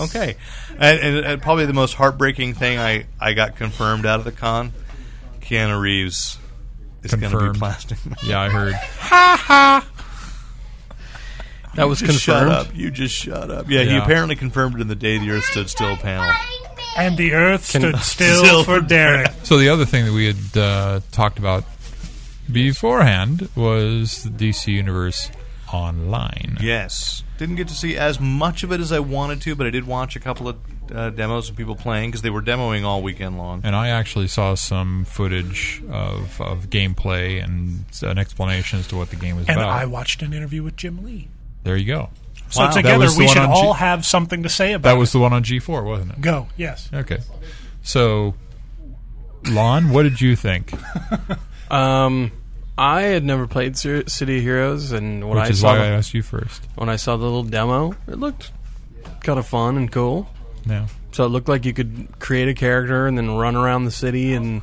Okay, and, and, and probably the most heartbreaking thing I, I got confirmed out of the con, Keanu Reeves is going to be Confirmed. plastic. [LAUGHS] Yeah, I heard. That was just [LAUGHS] shut confirmed. up! You just shut up. Yeah, he Yeah. apparently confirmed it in the day the Earth stood still panel. And the [LAUGHS] earth stood still, Still for Derek. So the other thing that we had uh, talked about beforehand was the DC Universe Online. Yes, didn't get to see as much of it as I wanted to, but I did watch a couple of uh, demos of people playing because they were demoing all weekend long. And I actually saw some footage of, of gameplay and an explanation as to what the game was And about. I watched an interview with Jim Lee. there you go. So Wow. That together was the we one should on G- all have something to say about That was the one on G4, wasn't it? it. Go, yes. Okay. So, Lon, what did you think? Um, I had never played Ci- City of Heroes, and when Which I is saw why I the, asked you first. when I saw the little demo, it looked kind of fun and cool. Yeah. So it looked like you could create a character and then run around the city and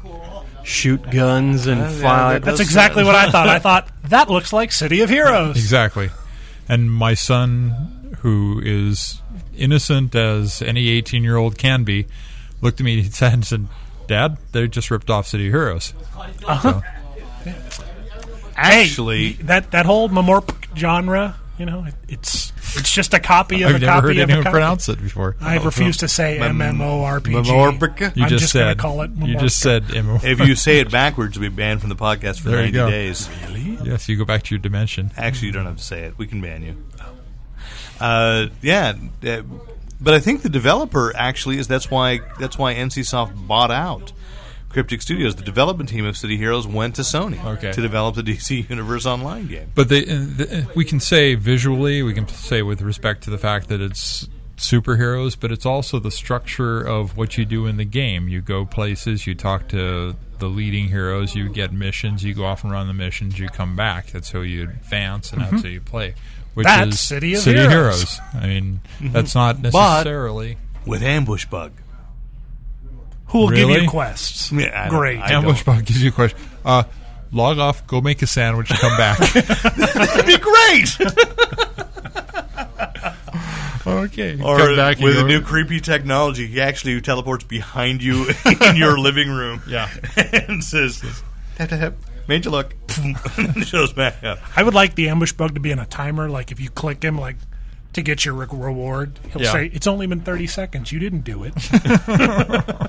shoot guns and yeah, fire. that That's Those- exactly what I [LAUGHS] thought. I thought that looks like City of Heroes. Exactly. And my son, who is innocent as any 18 year old can be, looked at me and said- and [LAUGHS] said, Dad, they just ripped off City Heroes. Actually, That that whole memorp genre, you know, it, it's it's just a copy of I've a never copy heard of a anyone copy. pronounce it Oh, before. I refuse to say Mem- MMORPG. Memorpica? You I'm just, just gonna said. call it you just said. MMO. if you say it backwards, you'll be banned from the podcast for There you 90 go. days. Really? [LAUGHS] yes, you go back to your dimension. Actually, you don't have to say it. We can ban you. Uh, yeah, uh, but I think the developer actually is. That's why. That's why NCSoft bought out Cryptic Studios. The development team of City Heroes went to Sony Okay. to develop the DC Universe Online game. But they, uh, th- we can say visually, we can say with respect to the fact that it's superheroes, but it's also the structure of what you do in the game. You go places, you talk to the leading heroes, you get missions, you go off and run the missions, you come back. That's how you advance, and Mm-hmm. that's how you play. Which That's is City of Heroes. I mean, Mm-hmm. that's not necessarily. With ambush bug, Who will give Really? you quests? Yeah, I don't- Great. I- ambush bug gives you a question. Uh, log off, go make a sandwich, come [LAUGHS] back. [LAUGHS] that'd be great. okay, [LAUGHS] or come back and with a go- new creepy technology, he actually teleports behind you [LAUGHS] in your living room. Yeah. [LAUGHS] and says, "Tap tap tap, made you look." [LAUGHS] and shows back up. I would like the ambush bug to be in a timer. Like if you click him, like to get your re- reward, he'll Yeah. say it's only been thirty seconds. You [LAUGHS] didn't do it. that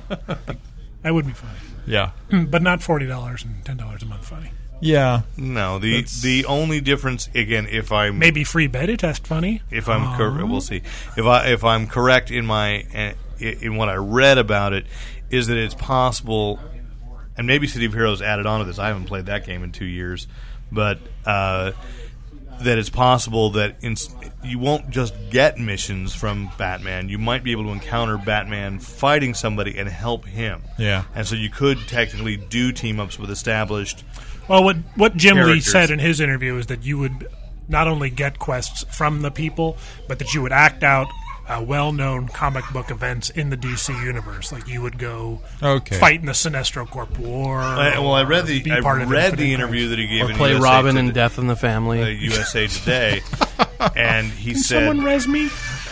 would be funny, Yeah, but not forty dollars and ten dollars a month. Funny, [LAUGHS] yeah. No, the the only difference again, if I'm maybe free beta test. Funny. if I'm cor- we'll see if I if I'm correct in my eh, in what I read about it is that it's possible, and maybe City of Heroes added on to this. I haven't played that game in two years, but uh, that it's possible that in, you won't just get missions from Batman. You might be able to encounter Batman fighting somebody and help him. Yeah. and so you could technically do team ups with established. Well, what what Jim Lee Characters. said in his interview is that you would not only get quests from the people, but that you would act out uh, well-known comic book events in the DC universe. Like you would go Okay. fight in the Sinestro Corp War. I, well, I read the be I part of read Infinite the interview that he gave. Or in play USA Robin Today. and Death in the uh, Family. USA [LAUGHS] Today, and he said Someone res me.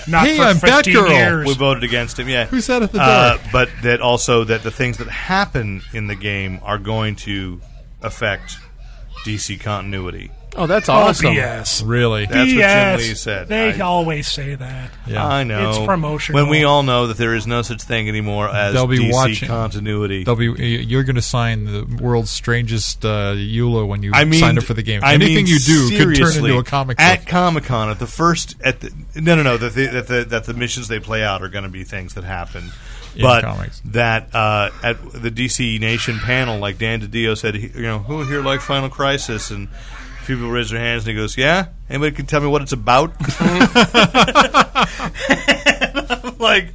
Not Hey, for I'm 15 Batgirl. years. we voted against him. Yeah, Who's that at the Uh, door? but that also that the things that happen in the game are going to affect DC continuity. Oh, that's Oh, awesome. BS. Really? That's what Jim BS. Lee said. They I- always say that. Yeah. I know It's promotional. When we all know that there is no such thing anymore as They'll be DC watching. continuity. They'll be, you're going to sign the world's strangest uh, EULA when you I mean, sign up for the game. I Anything mean, you do could turn seriously, into a comic At book. Comic Con, at the first, at the no, no, no, that the, that the, that the missions they play out are going to be things that happen. In but comics. that uh, at the DC Nation panel, like Dan DiDio said, he, you know, who here like Final Crisis? And a few people raise their hands and he goes, "Yeah, anybody can tell me what it's about?" [LAUGHS] like,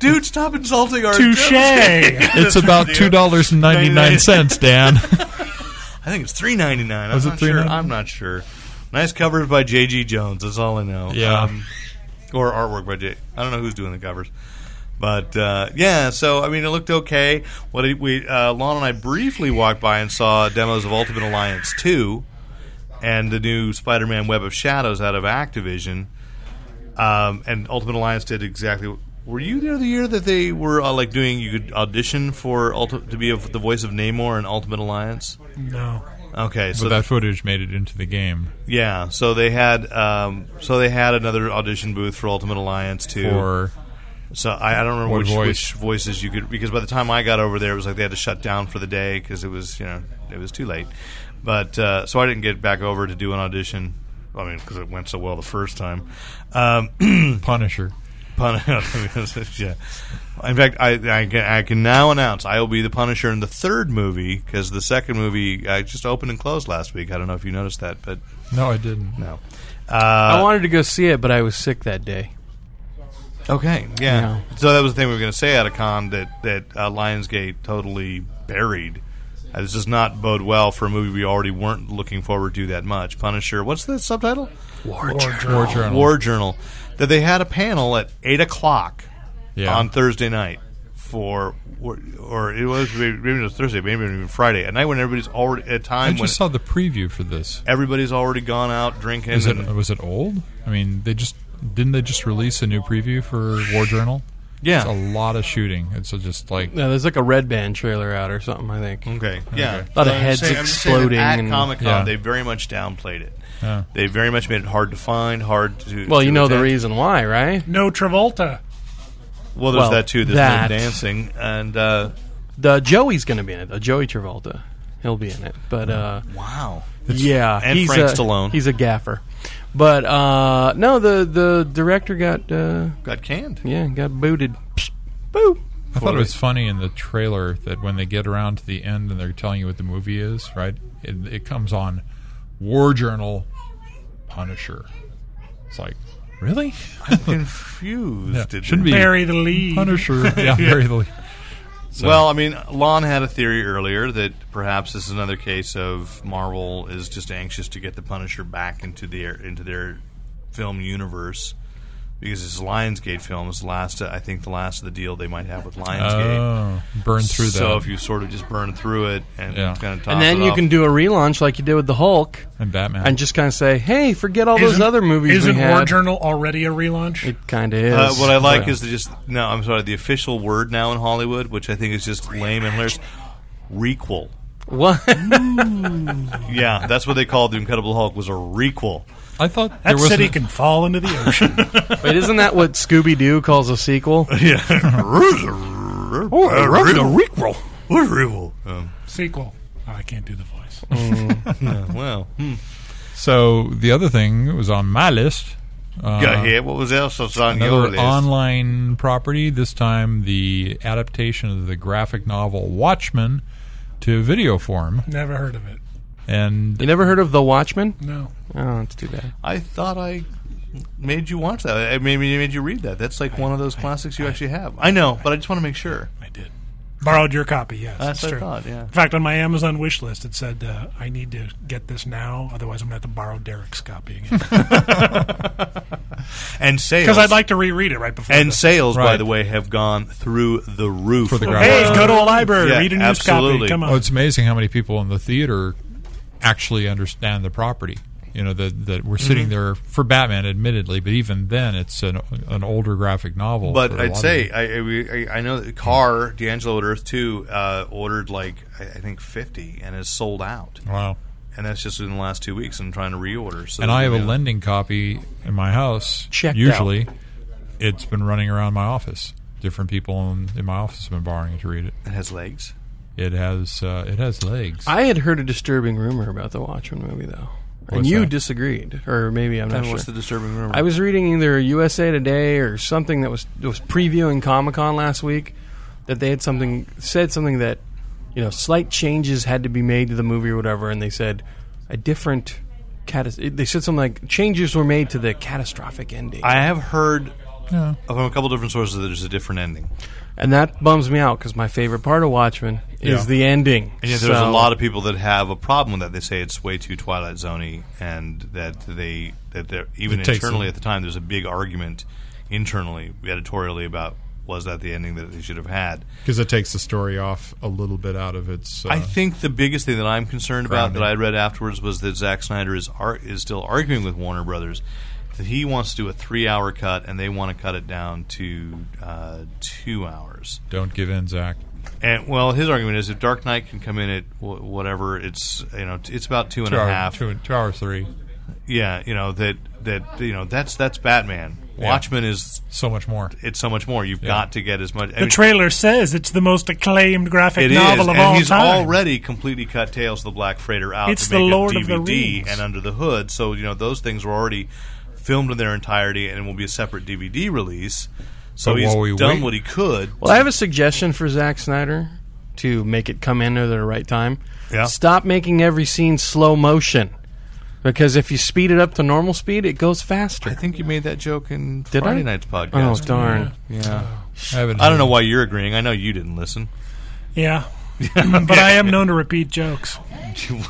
dude, stop insulting our Touche. [LAUGHS] It's about two dollars and ninety nine cents, Dan. I think it's three ninety nine. I'm Was it not sure. $3.99? I'm not sure. Nice covers by J.G. Jones. That's all I know. Um, Yeah. or artwork by J. I don't know who's doing the covers, but uh, yeah. So I mean, it looked okay. What it, we uh, Lon and I briefly walked by and saw demos of Ultimate Alliance two, and the new Spider-Man Web of Shadows out of Activision. Um, and Ultimate Alliance did exactly. Were you there the year that they were uh, like doing? You could audition for Ulti- to be of the voice of Namor in Ultimate Alliance. No. Okay, so but that footage made it into the game yeah, so they had um, so they had another audition booth for Ultimate Alliance too. for So I, I don't remember What which, voice? which voices you could because by the time I got over there, it was like they had to shut down for the day because it was you know it was too late. But uh, so I didn't get back over to do an audition. I mean, because it went so well the first time. Um, [LAUGHS] Punisher. Pun- [LAUGHS] yeah. In fact, I, I, can, I can now announce I will be the Punisher in the third movie because the second movie I just opened and closed last week. I don't know if you noticed that, but No, I didn't. no. I Uh, wanted to go see it, but I was sick that day. Okay, yeah. Yeah. So that was the thing we were going to say at a con that that uh, Lionsgate totally buried. Uh, this does not bode well for a movie we already weren't looking forward to that much. Punisher. What's the subtitle? War War Journal. War Journal. That they had a panel at eight o'clock yeah. on Thursday night for. Or, or it was maybe it was Thursday, maybe even Friday, a night when everybody's already at a I time when just saw the preview for this. everybody's already gone out drinking. Is it and- was it old? I mean, they just didn't they just release a new preview for War Journal? yeah, It's a lot of shooting. It's just like No, there's like a Red Band trailer out or something. I think Okay. Yeah. A lot of I'm heads saying- I'm just saying that exploding At and- Comic Con, Yeah. they very much downplayed it. Yeah. They very much made it hard to find, hard to. Well, to you know the attend. reason why, right? No Travolta. Well, there's well, that too. There's that. no dancing, and uh, The Joey's going to be in it. The Joey Travolta, he'll be in it. But uh, wow. yeah, and he's Frank a, Stallone. He's a gaffer. But uh, no, the the director got uh, Got canned. [LAUGHS] yeah got booted. Psh, Boo. I thought it was funny in the trailer that when they get around to the end and they're telling you what the movie is, right? It, it comes on War Journal Punisher. It's like, [LAUGHS] really? Confused. Yeah, It shouldn't be. Bury the lead. Punisher. yeah, very [LAUGHS] li- Well, I mean, Lon had a theory earlier that perhaps this is another case of Marvel is just anxious to get the Punisher back into their into their film universe because this Lionsgate film is the last. I think the last of the deal they might have with Lionsgate. Oh, burn through that. So if you sort of just burn through it and Yeah. kind of top And then it you off. can do a relaunch like you did with the Hulk, and Batman. and just kind of say, "Hey, forget all those Isn't- other movies Isn't we War had." Journal already a relaunch? It kind of is. Uh, what I like But- is to just no. I'm sorry. The official word now in Hollywood, which I think is just lame and hilarious, requel. what Yeah, that's what they called the Incredible Hulk was a requel. [LAUGHS] I thought there that was city an- can fall into the ocean. [LAUGHS] Wait, isn't that what Scooby Doo calls a sequel? Yeah, [LAUGHS] requel. requel. Um, Sequel. Oh, I can't do the voice. well, hmm. so the other thing that was on my list. Uh, go ahead. What was else that's on your Another list? online property, this time the adaptation of the graphic novel Watchmen to video form. Never heard of it. And You never heard of The Watchmen? No. Oh, it's too bad. I thought I made you watch that. I made, made you read that. That's like one of those classics you actually have. I know, but I just want to make sure. I did. Borrowed your copy, yes. That's it's what I true. thought. Yeah. In fact, on my Amazon wish list, it said, uh, I need to get this now, otherwise I'm going to have to borrow Derek's copy [LAUGHS] again. And sales Because I'd like to reread it right before. and the- sales, by Right. the way, have gone through the roof For the graphic [LAUGHS] hey, go to a library, Yeah, read a news absolutely. copy. Come on. oh, it's amazing how many people in the theater actually understand the property. You know that that we're sitting Mm-hmm. there for Batman, admittedly, but even then, it's an an older graphic novel. But for a lot I'd of say it. I, I we- I I know that Carr D'Angelo at Earth Two uh, ordered like I I think fifty and is sold out, wow. and that's just in the last two weeks. And trying to reorder. So And I have a yeah. lending copy in my house. Checked usually, it's been running around my office. Different people in, in my office have been borrowing it to read it. It has legs. It has uh, it has legs. I had heard a disturbing rumor about the Watchmen movie though, and What's you that? disagreed, or maybe I'm not And sure. what's the disturbing rumor? I was reading either USA Today or something that was that was previewing Comic Con last week that they had something said something that you know slight changes had to be made to the movie or whatever, and they said a different. Catas- it- they said something like changes were made to the catastrophic ending, I have heard Yeah. from a couple different sources that there's a different ending, and that bums me out because my favorite part of Watchmen Yeah. is the ending. and yet there's a lot of people that have a problem with that. They say it's way too Twilight Zoney, and that they that they're, even It takes internally them- at the time there's a big argument internally editorially about was that the ending that they should have had? because it takes the story off a little bit out of its. Uh, I think the biggest thing that I'm concerned about that I Grounded. read afterwards was that Zack Snyder is ar- is still arguing with Warner Brothers that he wants to do a three hour cut and they want to cut it down to uh, two hours. don't give in, Zach. And well, his argument is if Dark Knight can come in at w- whatever it's you know t- it's about two and Two a hour, half. two, two hour three. Yeah, you know that that you know that's that's Batman. Yeah. Watchmen is So much more. it's so much more. You've got to get as much. I The mean, trailer says it's the most acclaimed graphic It is, novel of and all he's time. already completely cut Tales of the Black Freighter out It's to the make Lord a of the DVD Rings. and Under the Hood. So you know those things were already filmed in their entirety and will be a separate DVD release. So But he's while we done wait- what he could. Well, I have a suggestion for Zack Snyder to make it come in at the right time. Yeah. Stop making every scene slow motion. Because if you speed it up to normal speed, it goes I faster. think you made that joke in Did Friday I? night's Oh, podcast. darn. yeah. I, haven't I don't know why you're agreeing. I know you didn't listen. [LAUGHS] Yeah. but I am known to repeat jokes.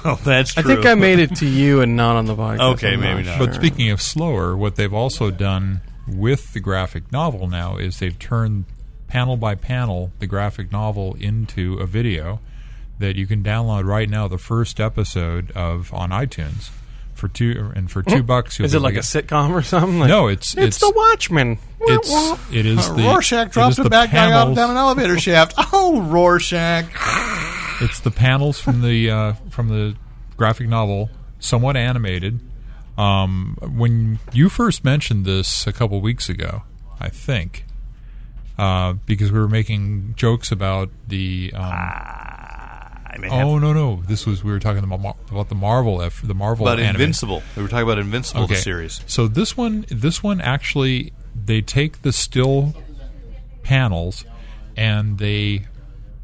well, that's I true. think I made it to you and not on the podcast. Okay, I'm maybe not. sure. Sure. But speaking of slower, what they've also done with the graphic novel now is they've turned panel by panel the graphic novel into a video that you can download right now. The first episode of on iTunes for two and for two bucks. You'll Is be it like a able to sitcom or something? Like, No, it's- it's it's- the Watchmen. Wah, get- wah. It's it is the Rorschach it drops is a the bad guy out panels- down an [LAUGHS] elevator shaft. Oh, Rorschach! It's the panels from the uh, from the graphic novel, somewhat animated. Um, when you first mentioned this a couple weeks ago, I think, uh, because we were making jokes about the. Um, I may have, oh no no! This was we were talking about, Mar- about the Marvel F the Marvel about anime. Invincible. We were talking about Invincible the series. So this one, this one actually, they take the still panels and they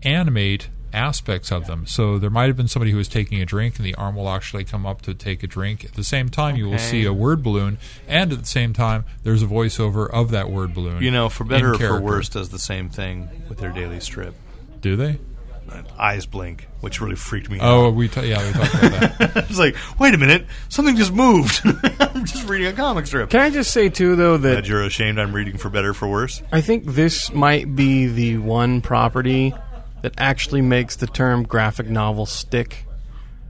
animate aspects of them. So there might have been somebody who was taking a drink, and the arm will actually come up to take a drink. At the same time, you will see a word balloon, and at the same time, there's a voiceover of that word balloon. You know, for in better or for character. worse, does the same thing with their daily strip. do they? Eyes blink, which really freaked me out. [LAUGHS] Oh, we ta- yeah, we talked about that. I was like, wait a minute, something just moved. [LAUGHS] I'm just reading a comic strip. Can I just say, too, though, that That you're ashamed I'm reading for better or for worse? I think this might be the one property that actually makes the term graphic novel stick.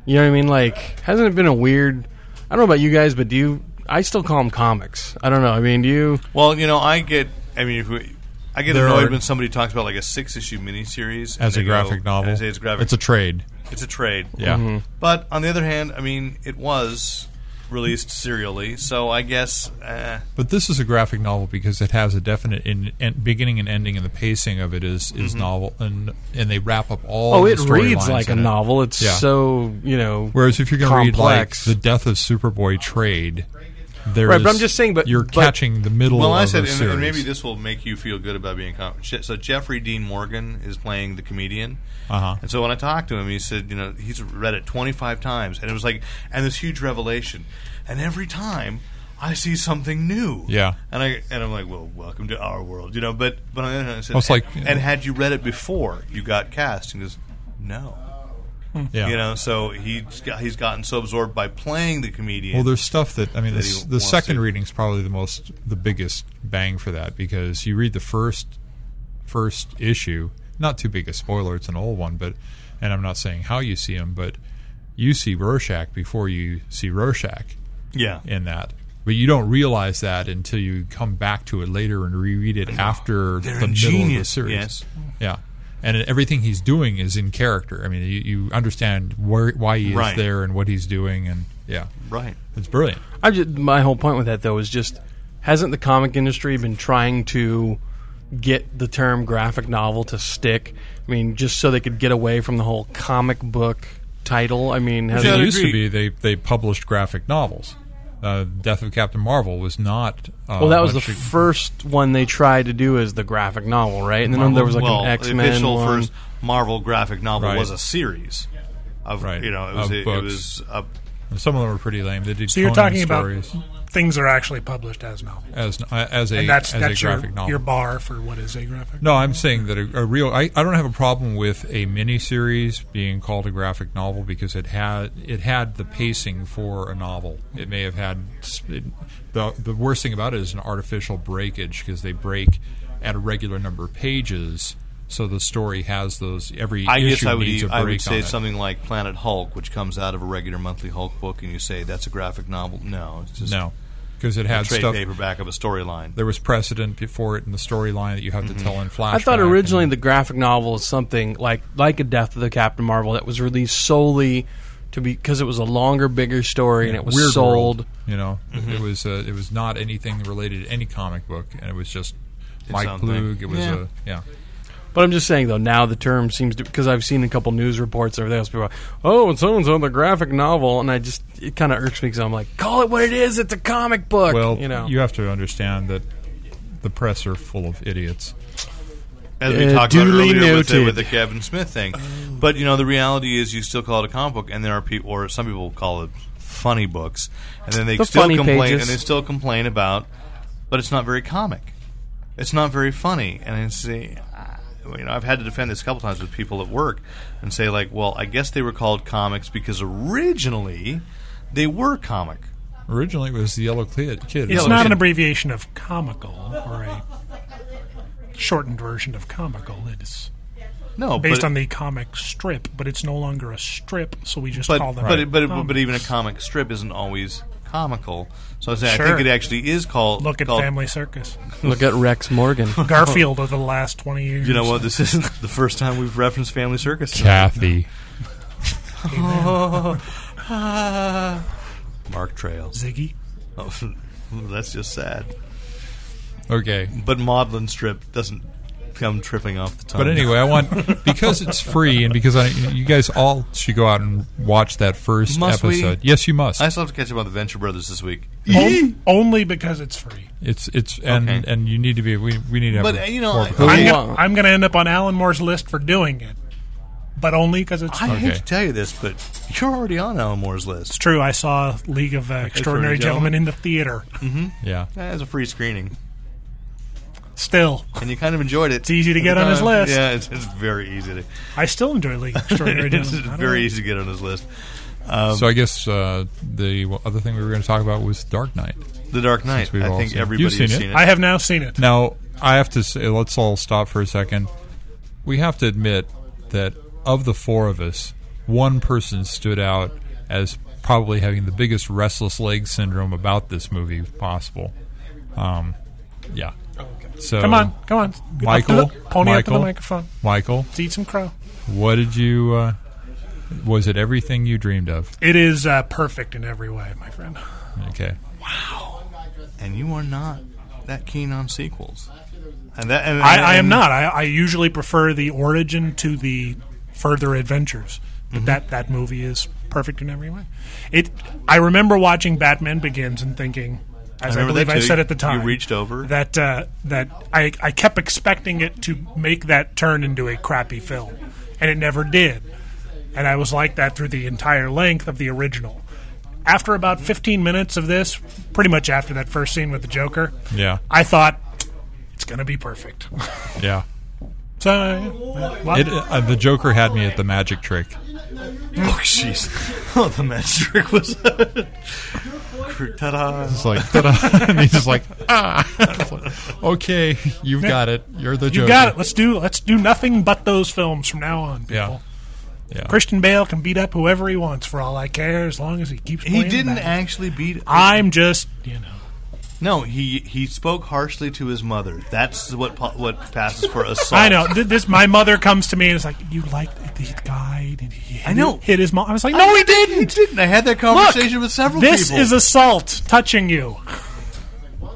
You know what I mean? Like, hasn't it been a weird? I don't know about you guys, but do you? I still call them comics. I don't know. I mean, do you? Well, you know, I get, I mean, if we, I get There annoyed are- when somebody talks about like a six issue miniseries. and As a they go- graphic novel, and I say it's graphic. Mm-hmm. It's a trade. it's a trade. Yeah. But on the other hand, I mean, it was released serially, so I guess. Uh, But this is a graphic novel because it has a definite in, en- beginning and ending, and the pacing of it is Mm-hmm. is novel, and and they wrap up all. Oh, the it storylines reads like a in it. novel. It's Yeah. so you know. Whereas if you're going to read like complex. the death of Superboy trade, there's Right, but I'm just saying, but- you're but- catching the middle. Well, of I said, a and, series. and maybe this will make you feel good about being con- Sh- So Jeffrey Dean Morgan is playing the comedian, Uh-huh. and so when I talked to him, he said, you know, he's read it 25 times, and it was like, and this huge revelation, and every time I see something new, Yeah. and I and I'm like, well, welcome to our world, you know. But but on the other hand, I said, Well, it's like- and, had you read it before you got cast, and he goes, no, yeah. you know. So he's got, he's gotten so absorbed by playing the comedian. Well, there's stuff that I mean. that the he s- the wants second to- reading's probably the most, the biggest bang for that because you read the first, first issue. Not too big a spoiler. It's an old one, but, and I'm not saying how you see him, but you see Rorschach before you see Rorschach yeah, in that. But you don't realize that until you come back to it later and reread it after They're the middle of the ingenious, series. yes. Yeah. And everything he's doing is in character. I mean, you, you understand where, why he is Right. there and what he's doing, and yeah, right. it's brilliant. I just, my whole point with that though is just hasn't the comic industry been trying to get the term graphic novel to stick? I mean, just so they could get away from the whole comic book title. I mean, has Yeah, It I'd used to agree. be they, they published graphic novels. Uh, Death of Captain Marvel was not. Uh, well, that was the much- first one they tried to do as the graphic novel, right? And then there was like well, an X The Men official one. first Marvel graphic novel Right. was a series of Right, you know it was of it, books. was a, and Some of them were pretty lame. They did So you're Conan talking about stories things that are actually published as novels. as as a And that's as that's a your, graphic novel. your bar for what is a graphic No, I'm saying that a, a real. I, I don't have a problem with a miniseries being called a graphic novel because it had it had the pacing for a novel. It may have had sp- it, the the worst thing about it is an artificial breakage because they break at a regular number of pages. So the story has those every I guess issue I would, needs e- a break I would on say it. something like Planet Hulk, which comes out of a regular monthly Hulk book, and you say that's a graphic novel. No, it's just No, because it a had trade stuff. paperback of a storyline. There was precedent before it in the storyline that you have Mm-hmm. to tell in flashback. I thought originally and- the graphic novel is something like like a Death of the Captain Marvel that was released solely to be because it was a longer, bigger story and it was Weird sold. Mm-hmm. World, you know, it was uh, it was not anything related to any comic book, and it was just Mike own thing. Plug. It was Yeah. a yeah. But I'm just saying though, now the term seems to because I've seen a couple news reports over there. People are, oh, and so and so the graphic novel, and I just it kind of irks me because I'm like, call it what it is. It's a comic book. Well, you know, have to understand that the press are full of idiots. as we Uh, talked about duly earlier with the, noted. Oh. with the Kevin Smith thing. But you know, the reality is, you still call it a comic book, and there are people, or some people call it funny books, and then they The still funny complain, pages. and they still complain about, but it's not very comic, it's not very funny, and I see. ah, You know, I've had to defend this a couple times with people at work and say, like, well, I guess they were called comics because originally they were comic. Originally, it was the Yellow Kid. Kid. It's Yeah, not it- an abbreviation of comical or a shortened version of comical. It is No, based but, on the comic strip, but it's no longer a strip, so we just but call them. Oh, but, it- but, it- comics. but even a comic strip isn't always comical. So I, say, I Sure. think it actually is called. look at called, Family Circus, look at Rex Morgan. Garfield over the last twenty years. You know what? This isn't [LAUGHS] the first time we've referenced Family Circus. Kathy. [LAUGHS] Mark Trails. Ziggy. Oh, [LAUGHS] that's just sad. Okay, But Maudlin Strip doesn't come tripping off the tongue. but anyway, I want because it's free and because I, you guys all should go out and watch that first Must we? episode. Yes, you must. I still have to catch up on the Venture Brothers this week. On- only because it's free. It's it's and Okay. and you need to be. We, we need to. Have But, a- uh, you know, more of a- I- I'm Okay. gonna, I'm gonna end up on Alan Moore's list for doing it, but only because it's I free. hate Okay. to tell you this, but you're already on Alan Moore's list It's true. I saw League of uh, Extraordinary Gentlemen Gentlemen. in the theater. yeah. as a free screening, Still, and you kind of enjoyed it. It's easy to get on his list. Yeah, it's, it's very easy to. I still enjoy League of [LAUGHS] Extraordinary [LAUGHS] It's Gentlemen. I don't very know. easy to get on his list. so I guess uh, the other thing we were going to talk about was Dark Knight. The Dark Knight. we've I all think seen it. everybody You've seen has it. seen it. I have now seen it. Now, I have to say, let's all stop for a second. We have to admit that of the four of us, one person stood out as probably having the biggest restless leg syndrome about this movie possible. Um, yeah. So Come on, come on, Michael, Up to the, pony up to Michael. the microphone. Michael, Let's eat some crow. what did you? Uh, was it everything you dreamed of? It is uh, perfect in every way, my friend. Okay. and you are not that keen on sequels. And that, and, I, I am and- not. I, I usually prefer the origin to the further adventures. But Mm-hmm. that that movie is perfect in every way. It. I remember watching Batman Begins and thinking, as I I, remember believe that I too. said at the You time, reached over. that uh, that I I kept expecting it to make that turn into a crappy film, and it never did. And I was like that through the entire length of the original. After about 15 minutes of this, pretty much after that first scene with the Joker, Yeah. I thought it's going to be perfect. Yeah. So, yeah. Well, It, uh, the Joker had me at the magic trick. [LAUGHS] Oh, jeez. [LAUGHS] Oh, the magic trick was. [LAUGHS] Ta-da. It's like, [LAUGHS] ta-da. and he's just like, ah. [LAUGHS] It's like, okay, you've got it. You're the Joker. you got it. Let's do let's do nothing but those films from now on, people. Yeah. Yeah. Christian Bale can beat up whoever he wants for all I care, as long as he keeps. He playing didn't Batman. actually beat. I'm just you know. no, he he spoke harshly to his mother. That's what po- what passes for assault. [LAUGHS] I know Th- this. My mother comes to me and is like, "You like the guy? And he hit, I know. hit his mom." I was like, "No, he He didn't." didn't. I had that Look, conversation with several this people. is assault, touching you.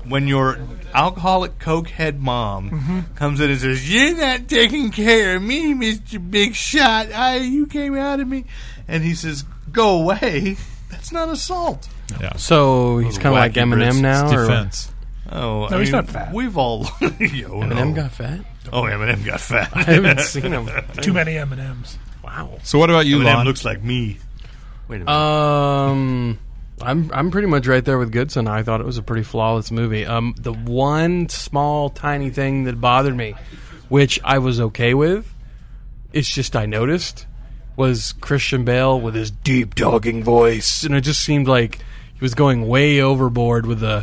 when your alcoholic cokehead mom comes in and says, "You're not taking care of me, Mister Big Shot. I you came out of me," and he says, "Go away." [LAUGHS] That's not assault. Yeah. So he's kind of like Wacky Brits. Eminem now. It's or what? defense. Oh, I No, he's mean, not fat. We've all [LAUGHS] Yo, Eminem no. got fat. oh Eminem got fat. [LAUGHS] I haven't seen him. Too many M and M's. Wow. So what about you, Eminem Lon? looks like me. Wait a minute. Um, I'm I'm pretty much right there with Goodson. I thought it was a pretty flawless movie. Um, the one small tiny thing that bothered me, which I was okay with, it's just I noticed was Christian Bale with his deep dogging voice, and it just seemed like he was going way overboard with the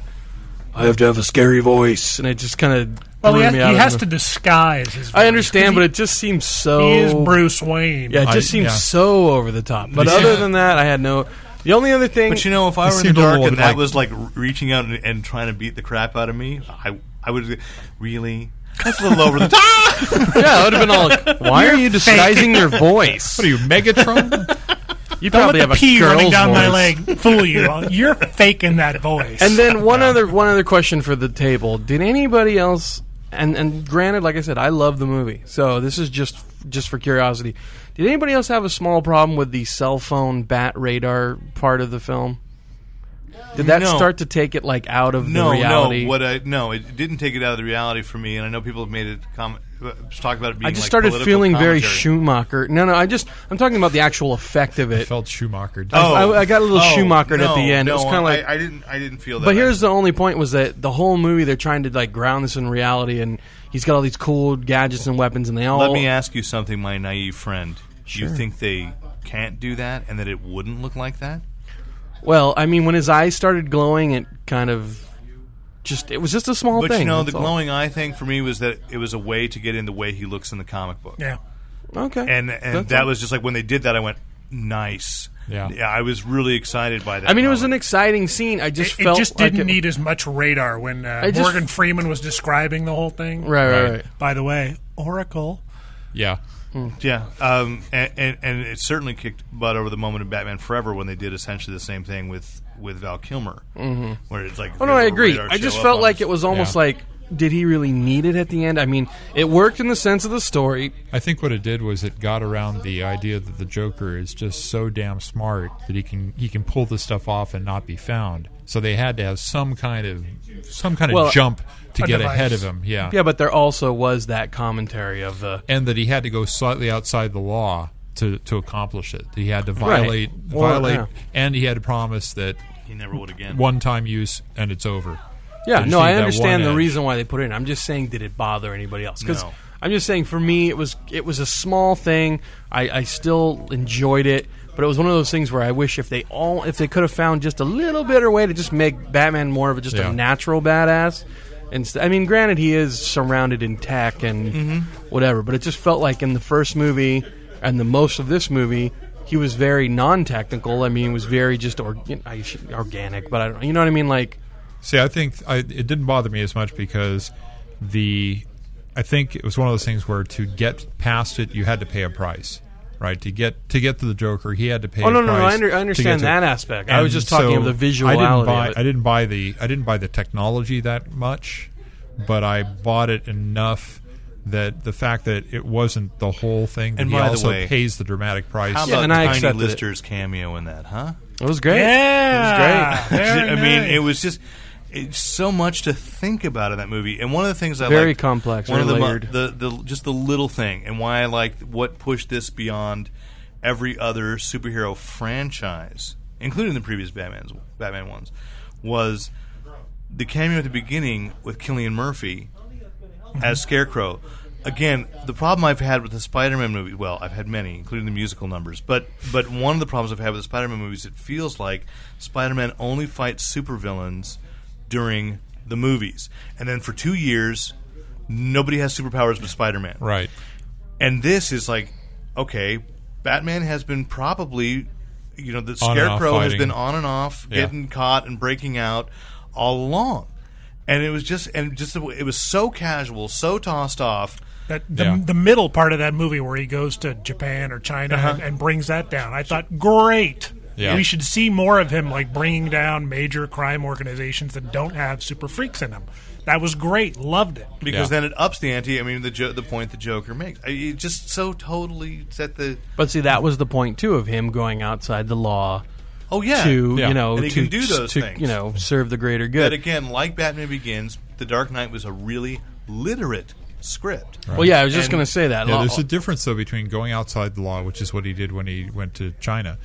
I have to have a scary voice, and it just kind of Well, he, threw has, me out. he of has the- to disguise his. I voice, understand, 'cause but it just seems so. he, he is Bruce Wayne. Yeah, it I- just seems yeah. so over the top. But Yeah. other than that, I had no. The only other thing, But you know, if I It were in the seemed a dark little and that like- was like re- reaching out and, and trying to beat the crap out of me, I I would really. That's a little over the [LAUGHS] top. yeah, I would have been all [LAUGHS] like, "Why are you disguising your voice? What are you, [LAUGHS] Megatron? You Don't probably have let the a pee girl's running down my voice." leg fool you. You're faking that voice. And [LAUGHS] then one other one other question for the table: Did anybody else? And and granted, like I said, I love the movie, so this is just just for curiosity. Did anybody else have a small problem with the cell phone bat radar part of the film? Did that No. start to take it like out of No, the reality? no, what I no, it didn't take it out of the reality for me, and I know people have made it comment, talk about it being. I just like, started political feeling very commentary. Schumacher. No, no, I just I'm talking about the actual effect of it. Felt Schumacher. Oh, I- I got a little oh, Schumachered at no, the end. It No, was kinda like- I, I didn't. I didn't feel that. But here's the only point was that the whole movie they're trying to like ground this in reality, and he's got all these cool gadgets and weapons, and they all Let me ask you something, my naive friend. You think they can't do that, and that it wouldn't look like that? Well, I mean, when his eyes started glowing, it kind of just it was just a small But thing. you know, the that's all. glowing eye thing for me was that it was a way to get in the way he looks in the comic book. yeah. Okay, and and That's that all. was just like when they did that, I went nice. Yeah. I was really excited by that. I mean, it was an moment. exciting scene. I just It, it felt just like didn't need as much radar when uh, I just- Morgan Freeman was describing the whole thing. Right, right, right. By the way, Oracle. yeah. yeah, um, and, and and it certainly kicked butt over the moment of Batman Forever when they did essentially the same thing with with Val Kilmer, mm-hmm. where it's like Oh no, I agree. I just felt like it was almost Yeah. like, did he really need it at the end? I mean, it worked in the sense of the story. I think what it did was it got around the idea that the Joker is just so damn smart that he can he can pull this stuff off and not be found. So they had to have some kind of some kind of Well, jump to a get device. ahead of him. Yeah. Yeah, but there also was that commentary of the and that he had to go slightly outside the law to to accomplish it. He had to Right. violate Well, violate, yeah. and he had to promise that he never would again. one time use and it's over. Yeah, no, They just need I that understand one the edge. reason why they put it in. I'm just saying, did it bother anybody else? Because No. I'm just saying, for me, it was it was a small thing. I, I still enjoyed it, but it was one of those things where I wish if they all if they could have found just a little better way to just make Batman more of a, just Yeah. a natural badass. And I mean, granted, he is surrounded in tech and Mm-hmm. whatever, but it just felt like in the first movie and the most of this movie. He was very non-technical. I mean, he was very just or, I should- organic, but I don't. You know what I mean? Like, See, I think I, it didn't bother me as much because the I think it was one of those things where to get past it, you had to pay a price, right? To get to get to the Joker, he had to pay. Oh a no, no, no! I, price under, I to understand get to- that aspect. I was And just talking so of the I visuality. didn't buy. of it. I didn't buy the. I didn't buy the technology that much, but I bought it enough that the fact that it wasn't the whole thing. That And he by the also way, pays the dramatic price. How Yeah, about and I Tiny accepted it. Lister's cameo in that, huh? It was great. Yeah, [LAUGHS] It was great. Very [LAUGHS] I mean, it nice. was just it's so much to think about in that movie. And one of the things I Very liked- complex, one very of layered. the, the the just the little thing, and why I liked what pushed this beyond every other superhero franchise, including the previous Batman's Batman ones, was the cameo at the beginning with Killian Murphy as Scarecrow. Again, the problem I've had with the Spider-Man movie, well, I've had many, including the musical numbers, but but one of the problems I've had with the Spider-Man movies, it feels like Spider-Man only fights supervillains during the movies, and then for two years, nobody has superpowers but Spider-Man. Right. And this is like, okay, Batman has been probably, you know, the On and off Scarecrow has fighting. been on and off, Yeah. getting caught and breaking out all along. And it was just, and just, the way- it was so casual, so tossed off. That the, Yeah. the middle part of that movie where he goes to Japan or China Uh-huh. and, and brings that down. I thought, great. Yeah. We should see more of him, like bringing down major crime organizations that don't have super freaks in them. That was great. Loved it. Because Yeah. then it ups the ante. I mean, the jo- the point the Joker makes, I- it just so totally set the. But see, that was the point too of him going outside the law Oh yeah, to Yeah. you know And to he can do those to, things. you know serve the greater good. But again, like Batman Begins, The Dark Knight was a really literate script. Well, yeah, I was just And- going to say that. Yeah, Law- there's a difference though between going outside the law, which is what he did when he went to China,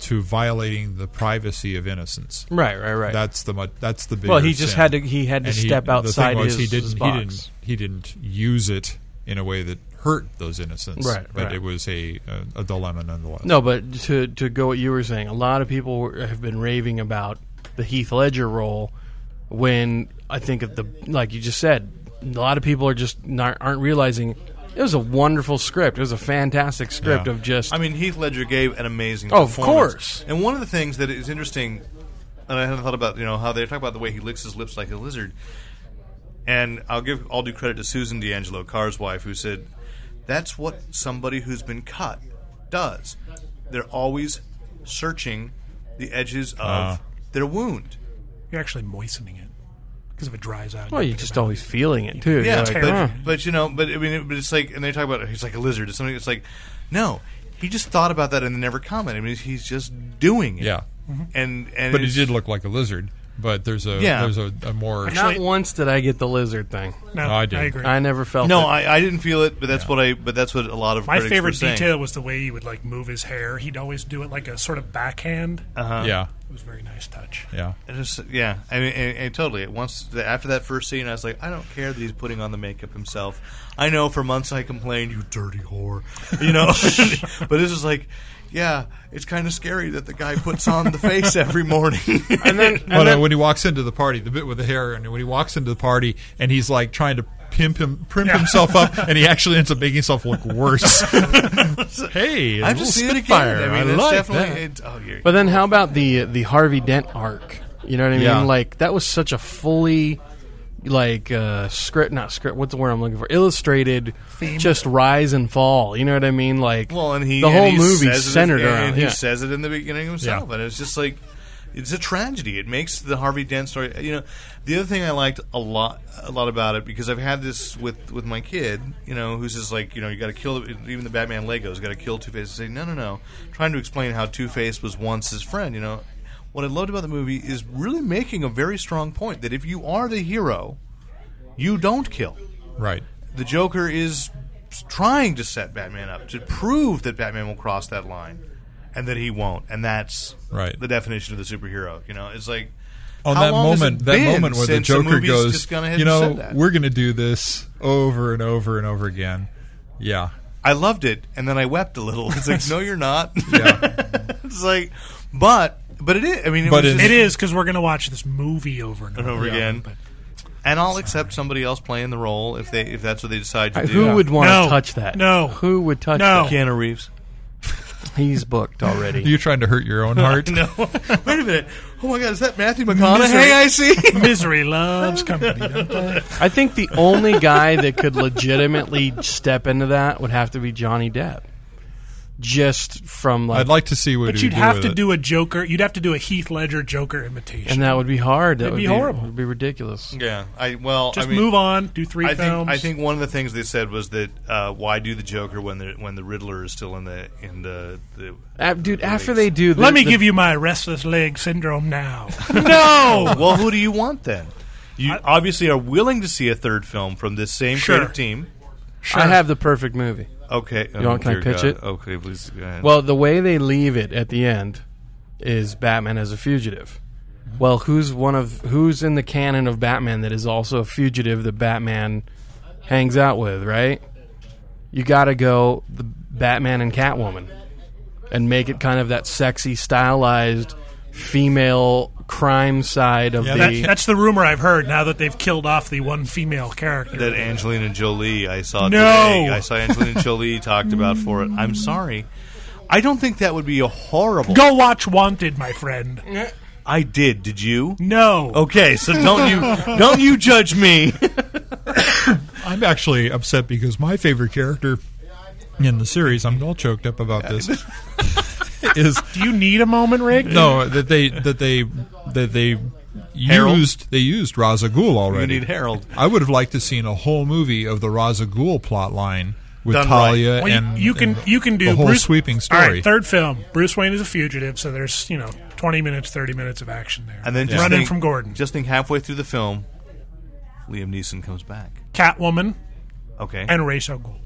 to violating the privacy of innocence. right, right, right. That's the mu- that's the big. Well, he just had to- he had to step outside his- he didn't, his He box. didn't, he didn't use it in a way that hurt those innocents. Right, but right. it was a a, a dilemma nonetheless. no, but to to go what you were saying, a lot of people were, have been raving about the Heath Ledger role when I think of the like you just said, a lot of people are just not, aren't realizing it was a wonderful script. It was a fantastic script Yeah. of just I mean, Heath Ledger gave an amazing. Oh, of performance. course. And one of the things that is interesting, and I hadn't thought about, you know, how they talk about the way he licks his lips like a lizard. And I'll give all due credit to Susan D'Angelo, Carr's wife, who said, "That's what somebody who's been cut does. They're always searching the edges of Uh-huh. Ah. their wound." You're actually moistening it because if it dries out. well, you you're think just about always feeling it too. Yeah, You're like, but, "Huh." but you know, but I mean, it, but it's like, and they talk about he's like a lizard. It's something. It's like, no, he just thought about that and never commented. I mean, he's just doing it. Mm-hmm. Yeah. and and But he it's- did look like a lizard. But there's a Yeah. there's a, a more not Actually- once did I get the lizard thing. it. No, No, I I, didn't. agree. Oh, I never felt No, it. I, I didn't feel it, but that's what I. But that's what a lot of My critics were favorite saying. detail was the way he would like move his hair. He'd always do it like a sort of backhand. Uh. yeah it was a very nice touch. yeah. It is- yeah, I mean, and, and totally. Once the, after that first scene, I was like, I don't care that he's putting on the makeup himself. I know for months I complained, you dirty whore, you know. [LAUGHS] but this is like, yeah, it's kind of scary that the guy puts on the face every morning. and then, and Well, then- no, uh, when he walks into the party, the bit with the hair, and when he walks into the party, and he's like trying to pimp him, primp himself up, and he actually ends up making himself look worse. hey, a I've little just seen it spitfire. again. I mean, it's like definitely. that. It, oh, you're, but then, how about the the Harvey Dent arc? You know what I mean? Yeah. Like that was such a fully like uh, script, not script. What's the word I'm looking for? Illustrated, just rise and fall. You know what I mean? Like Well, and he the and whole he movie's says it- centered and around. He yeah. says it in the beginning himself, Yeah. and it's just like it's a tragedy. It makes the Harvey Dent story. You know, the other thing I liked a lot, a lot about it because I've had this with with my kid. You know, who's just like, you know, you got to kill the- even the Batman Legos. Got to kill Two Face. Say no, no, no. Trying to explain how Two Face was once his friend. You know, what I loved about the movie is really making a very strong point that if you are the hero, you don't kill right. the Joker is trying to set Batman up to prove that Batman will cross that line, and that he won't. And that's Right. the definition of the superhero. You know, it's like On how that long has it moment, that been moment where the since Joker movie's goes, just gone ahead you know, and said that?" we're going to do this over and over and over again. Yeah, I loved it, and then I wept a little. It's [LAUGHS] like, no, you're not. [LAUGHS] yeah, it's like, but but it is. I mean, it But was it- just, It is because we're going to watch this movie over and over, and [LAUGHS] over Yeah, again. but- And I'll accept somebody else playing the role if they if that's what they decide to I- do. who would want to No. touch that? No. Who would touch No. that? Keanu Reeves? He's booked already. you're trying to hurt your own heart. No. Wait a minute. Oh my God, is that Matthew McConaughey? I see. Misery loves company. don't they? I think the only guy that could legitimately step into that would have to be Johnny Depp. Just from like, I'd like to see what But he'd you'd have with to it. do a Joker. You'd have to do a Heath Ledger Joker imitation. and that would be hard. That It'd would be horrible. Would be ridiculous. [LAUGHS] yeah. I well. Just I mean, move on. Do three I films. think I think one of the things they said was that uh, why do the Joker when the when the Riddler is still in the in the, the Uh, dude, the after they release? do, the, Let me the- give you my restless leg [LAUGHS] syndrome now. Oh! no. [LAUGHS] well, who do you want then? You obviously are willing to see a third film from this same Sure. creative team. I have the perfect movie. Okay, you want- can I pitch it? Okay, please. Go ahead. Well, the way they leave it at the end is Batman as a fugitive. Well, who's one of who's in the canon of Batman that is also a fugitive that Batman hangs out with, right? You got to go the Batman and Catwoman and make it kind of that sexy stylized female crime side of Yeah, the That, that's the rumor I've heard. Now that they've killed off the one female character, that Angelina Jolie I saw No! today. I saw Angelina Jolie talked about for it. I'm sorry. I don't think that would be a horrible. go watch Wanted, my friend. Mm. I did. Did you? No. Okay, so don't you don't you judge me. I'm actually upset because my favorite character in the series, I'm all choked up about this, [LAUGHS] is Do you need a moment, Rick? no that they that they that they Harold? used they used Raza Ghul You already. need Harold. I would have liked to seen a whole movie of the Raza Ghul plot line with Done Talia Well, you- and you can and you can do the whole Bruce, sweeping All story. right, third film. Bruce Wayne is a fugitive, so there's you know twenty minutes, thirty minutes of action there. And then just running think- from Gordon, Just think halfway through the film, Liam Neeson comes back. Catwoman Okay. and Ra's al Ghul.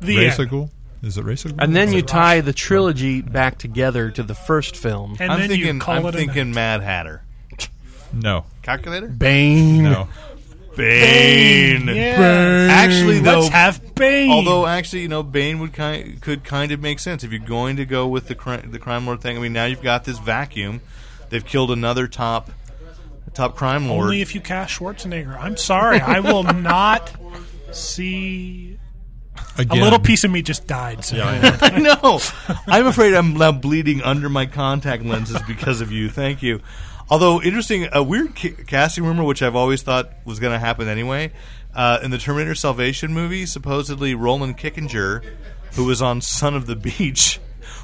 The Raza end. Ghul? Is it Raza Ghul? and then you tie the trilogy back together to the first film. and I'm then thinking you call I'm it a night. thinking Mad Hatter. no, Calculator? Bane. no. Bane. Yeah. Actually though Let's have Bane. although actually you know Bane would kind could kind of make sense if you're going to go with the cri- the crime lord thing. I mean now you've got this vacuum. They've killed another top top crime lord. Only if you cast Schwarzenegger. I'm sorry, [LAUGHS] I will not see. Again, A little piece of me just died. [LAUGHS] So I know. I'm afraid I'm now bleeding under my contact lenses because of you. Thank you. Although interesting, a weird ca- casting rumor, which I've always thought was going to happen anyway, uh, in the Terminator Salvation movie, supposedly Roland Kickinger, who was on Son of the Beach,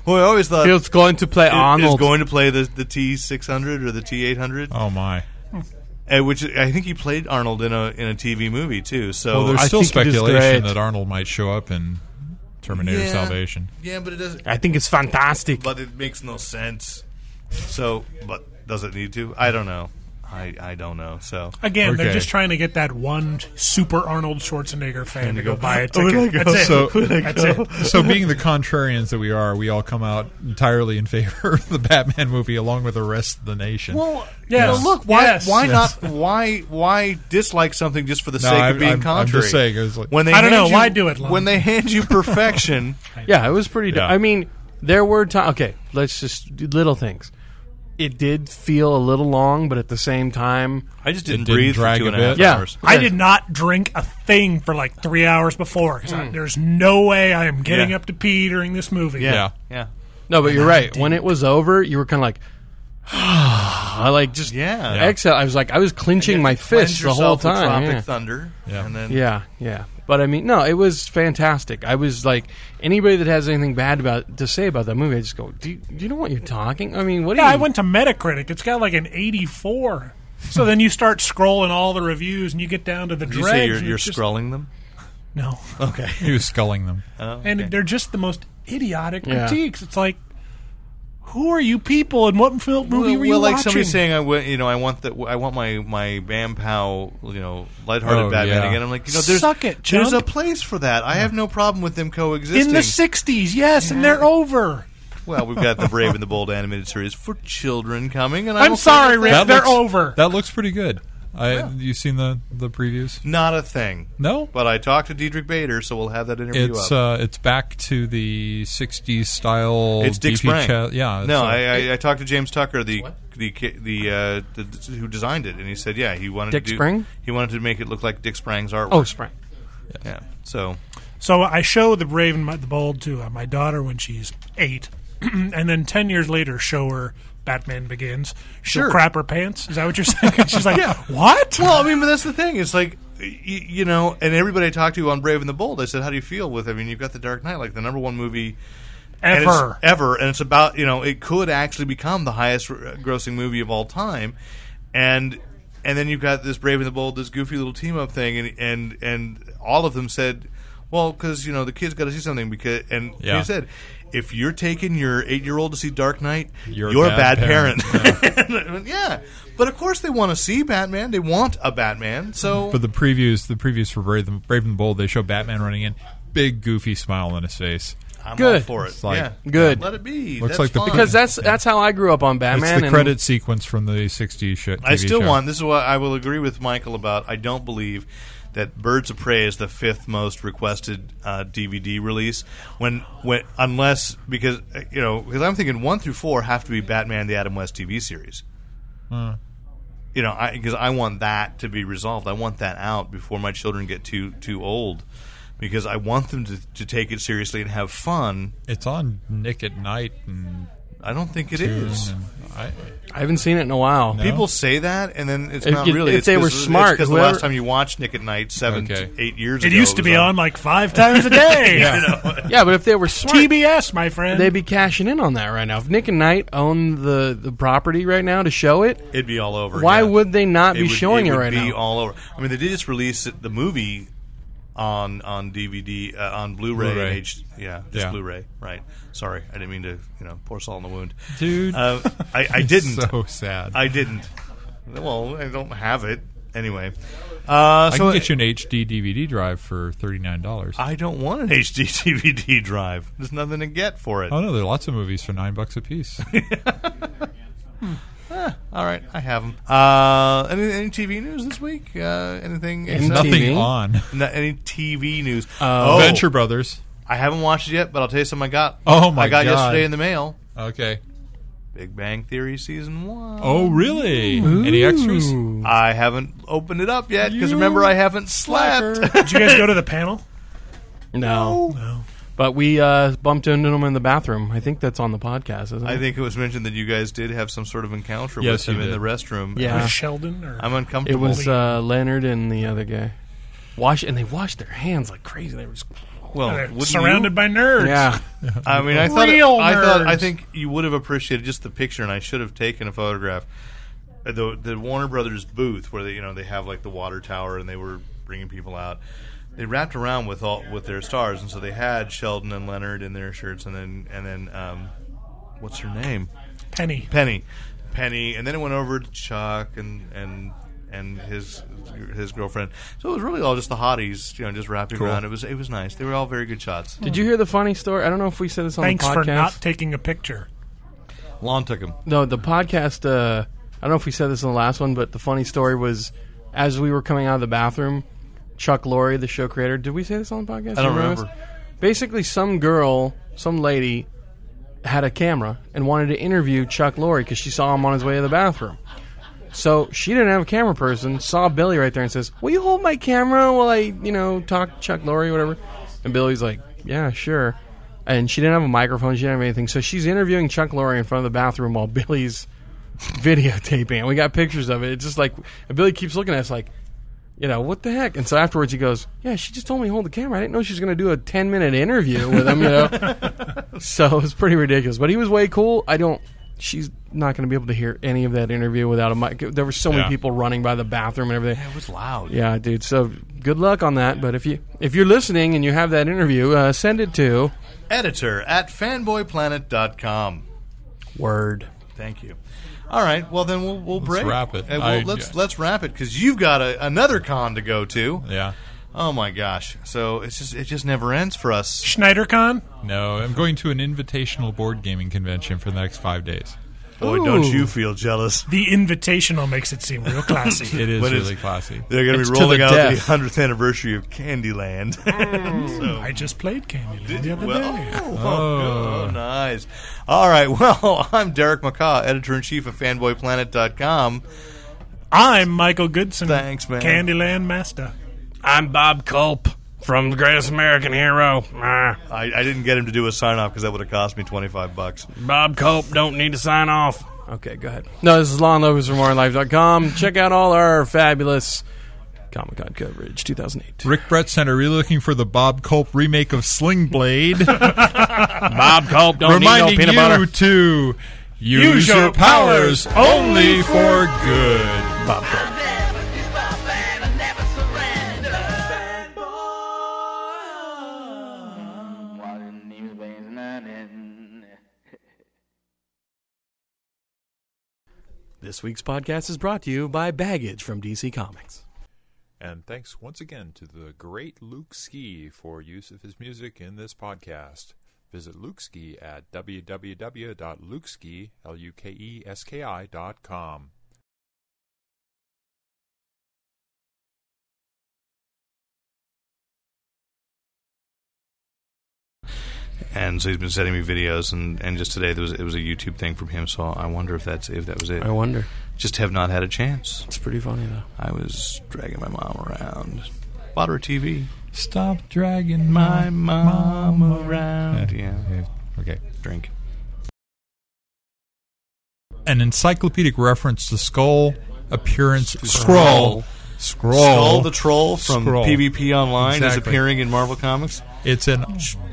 who I always thought He was going to play is- is Arnold. going to play the the T six hundred or the T eight hundred, uh, Oh my! which I think he played Arnold in a in a TV movie too. So Well, there's I still think it is speculation great. that Arnold might show up in Terminator Yeah. Salvation. yeah, but it doesn't. I think it's fantastic. but it makes no sense. So, but does it need to? I don't know. I, I don't know. So Again, Okay. they're just trying to get that one super Arnold Schwarzenegger fan to go, go buy a Oh, "Where'd I ticket. go?" That's it. So- Where'd I That's it. So, being the contrarians that we are, we all come out entirely in favor of the Batman movie, along with the rest of the nation. well, Yes. well, look, why [LAUGHS] Yes. why Yes. not why why dislike something just for the No, sake I'm- of being I'm- I'm contrary? just saying, it was like- when they I don't hand know, you- why do it, Lon? When they hand [LAUGHS] you perfection, Yeah, it was pretty. d Yeah. I I mean, there were times. Okay, let's just do little things. It did feel a little long, but at the same time, I just didn't didn't breathe for drag a two and a half bit. Yeah. hours. I did not drink a thing for like three hours before because there's no way I am getting Hmm. Yeah. up to pee during this movie. Yeah. yeah, no, but you're right. When it was over, you were kind of like, [SIGHS] I like just Yeah. Exhale. I was like, I was clenching my Cleanse fist the whole yourself with time. Tropic yeah. Thunder, Yeah. and then Yeah, yeah. But I mean, no, it was fantastic. I was like, anybody that has anything bad about to say about that movie, I just go, do you, do you know what you're talking? I mean, what? Yeah, do you, I went to Metacritic. It's got like an 84. So then you start scrolling all the reviews and you get down to the Did you dregs. say you're, and you're it's just- scrolling them. No. Okay, he was sculling them. And they're just the most idiotic Yeah. critiques. It's like, who are you people and what film, movie well, were you well, like watching? somebody saying, I w- you know, I want that. I want my my Bam Pow, you know, lighthearted Oh, Batman yeah. again. I'm like, you know, there's Suck it, there's a junk. place for that. I have no problem with them coexisting. in the 60s, yes, and they're over. well, we've [LAUGHS] got the Brave and the Bold animated series for children coming, and I'm okay sorry, with Rick. that. They're over. That looks pretty good. I you seen the the previews? Not a thing. No. But I talked to Diedrich Bader, so we'll have that interview It's up. uh, it's back to the '60s style. it's Dick BP Sprang. Ch- yeah. it's, No, uh, I, I, I talked to James Tucker, the the ki- the, uh, the, the who designed it, and he said, yeah, he wanted Dick to do, Sprang? He wanted to make it look like Dick Sprang's artwork. oh, spring. yeah. So So I show the Brave and the Bold to uh, my daughter when she's eight, [CLEARS THROAT] and then ten years later show her Batman Begins. She'll Sure. crap her pants. Is that what you're [LAUGHS] saying? she's like, what? Well, I mean, but that's the thing. It's like, y- you know, and everybody I talked to on Brave and the Bold, I said, "How do you feel with?" I mean, you've got the Dark Knight, like the number one movie and it's- Ever. ever, and it's about you know, it could actually become the highest r- grossing movie of all time, and and then you've got this Brave and the Bold, this goofy little team up thing, and and and all of them said, "Well, because you know, the kids got to see something." Because and Yeah. you said. If you're taking your eight year old to see Dark Knight, You're a a bad bad, parent. parent. [LAUGHS] yeah, but of course they want to see Batman. They want a Batman. So But the previews, the previews for Brave, the Brave and the Bold, they show Batman running in, big goofy smile on his face. I'm all Good. for it. like- yeah. Good. Let it be. Looks That's like the- fine. Because that's that's how I grew up on It's Batman. the and- credit sequence from the '60s show. I still show. want. This is what I will agree with Michael about. I don't believe that Birds of Prey is the fifth most requested uh, DVD release. When when unless because uh, you know because I'm thinking one through four have to be Batman the Adam West TV series. You know, because I, want that to be resolved. I want that out before my children get too too old, because I want them to, to take it seriously and have fun. It's on Nick at Night and I don't think it is. Dune and I, I haven't seen it in a while. People say that, and then it's If not you- really. if it's they were smart, because the whoever- last time you watched Nick at Night, seven, Okay. to eight years It ago, used to was be on like five times [LAUGHS] a day. [LAUGHS] [LAUGHS] Yeah, but if they were smart, TBS, my friend. they'd be cashing in on that right now. If Nick and Knight own the, the property right now to show it, It'd be all over. why yeah. would they not be would- showing it, would right be now? all over. I mean, they did just release it- the movie on on DVD uh, on Blu-ray. and Blu-ray. H- yeah, just Yeah. Blu-ray. Right. Sorry, I didn't mean to. You know, pour salt in the wound. dude, Uh, [LAUGHS] I, I didn't. so sad. I didn't. Well, I don't have it anyway. Uh, I so can get you an HD DVD drive for thirty nine dollars. I don't want an HD DVD drive. There's nothing to get for it. Oh no, there are lots of movies for nine bucks a [LAUGHS] piece. All right, I have them. Uh, any, any TV news this week? Uh, anything? except- TV? Nothing on. No, any TV news? Uh, oh, Venture Brothers. I haven't watched it yet, but I'll tell you something I got. Oh, my I got God. yesterday in the mail. Okay. Big Bang Theory season one. Oh, really? Any extras? I haven't opened it up yet because remember I haven't slept. Did you guys go to the panel? No. No. But we uh, bumped into them in the bathroom. I think that's on the podcast, isn't it? [LAUGHS] I think it was mentioned that you guys did have some sort of encounter Yes, with him you in did. the restroom. Yeah. With Sheldon? Or I'm it uncomfortable. was uh, Leonard and the other guy. Wash and they washed their hands like crazy. They were just well, They're wouldn't surrounded you? by nerds. yeah. I mean, I thought Real I thought I nerds. think you would have appreciated just the picture, and I should have taken a photograph. Uh, The the Warner Brothers booth where they you know they have like the water tower, and they were bringing people out. They wrapped around with all with their stars, and so they had Sheldon and Leonard in their shirts, and then and then um, what's her name? Penny. Penny, Penny, and then it went over to Chuck and and and his his girlfriend. So it was really all just the hotties, you know, just wrapping around. It was it was nice. They were all very good shots. Did you hear the funny story? I don't know if we said this on Thanks the podcast. for not taking a picture. Lon took him. No, the podcast. Uh, I don't know if we said this in the last one, but the funny story was as we were coming out of the bathroom, Chuck Lorre, the show creator. Did we say this on the podcast? I don't You remember. this? Basically, some girl, some lady, had a camera and wanted to interview Chuck Lorre because she saw him on his way to the bathroom. So she didn't have a camera person. Saw Billy right there and says, "Will you hold my camera while I, you know, talk to Chuck Lorre, whatever?" And Billy's like, "Yeah, sure." And she didn't have a microphone. She didn't have anything. So she's interviewing Chuck Lorre in front of the bathroom while [LAUGHS] Billy's videotaping. And we got pictures of it. It's just like and Billy keeps looking at us like, you know, what the heck? And so afterwards he goes, "Yeah, she just told me to hold the camera. I didn't know she was going to do a ten minute interview with him." You [LAUGHS] know, so it was pretty ridiculous. But he was way cool. I don't. She's not going to be able to hear any of that interview without a mic. There were so many Yeah. people running by the bathroom and everything. It was loud. Yeah, dude. So good luck on that. But if you if you're listening and you have that interview, uh, send it to Editor at fanboyplanet.com. Word. Thank you. All right, well then we'll, we'll break. wrap it. Uh, well, I- let's yeah. let's wrap it because you've got a, another con to go to. Yeah. Oh my gosh! So it's just it just never ends for us. SchneiderCon? No, I'm going to an invitational board gaming convention for the next five days. Boy, don't you feel jealous? The invitational makes it [LAUGHS] seem real classy. It is What is- really classy. They're going to It's be to the rolling out the death. hundredth anniversary of Candyland. I just played Candyland the other Well, day. oh, oh, nice. All right. [LAUGHS] Well, I'm Derek McCaw, editor in chief of FanboyPlanet.com. I'm Michael Goodson. Thanks, man. Candyland Master. I'm Bob Culp from The Greatest American Hero. Ah, I, I didn't get him to do a sign off because that would have cost me 25 bucks. Bob Culp don't need to sign off. Okay, go ahead. No, this is Lon Lopez from MoreLife.com. Check out all our fabulous Comic Con coverage 2008. Rick Brett Center, really looking for the Bob Culp remake of Sling [LAUGHS] Blade. Bob Culp don't reminding you to use your powers only for good. This week's podcast is brought to you by Baggage from DC Comics. And thanks once again to the great Luke Ski for use of his music in this podcast. Visit Luke Ski at www.lukeski, E L-U-K-E-S-K-I dot com. And so he's been sending me videos, and, and just today there was it was a YouTube thing from him. So I wonder if that's if that was it. I wonder. Just have not had a chance. It's pretty funny, though. I was dragging my mom around, bought her a TV. Stop dragging My mom around. Yeah, Okay. drink. An encyclopedic reference to skull appearance. Scroll. Scroll. Skull the troll from Skrull. PvP Online is Exactly. appearing in Marvel Comics. It's an.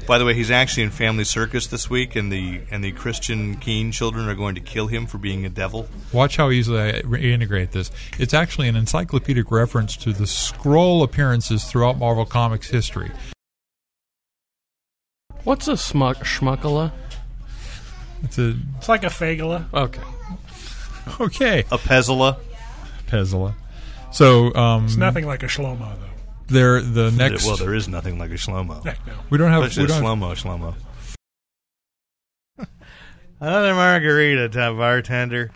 By the way, he's actually in Family Circus this week, and the and the Christian Keen children are going to kill him for being a devil. Watch how easily I reintegrate this. It's actually an encyclopedic reference to the scroll appearances throughout Marvel Comics history. What's a smuck schmuckala? It's a It's like a fagula. Okay. okay, A Pezzola. Pezzola. So um, Mm-hmm. It's nothing like a shlomo, though. There, the next. Well, there is nothing like a shlomo. Heck no. we don't have. We Especially a don't have shlomo, shlomo. Another margarita, top bartender.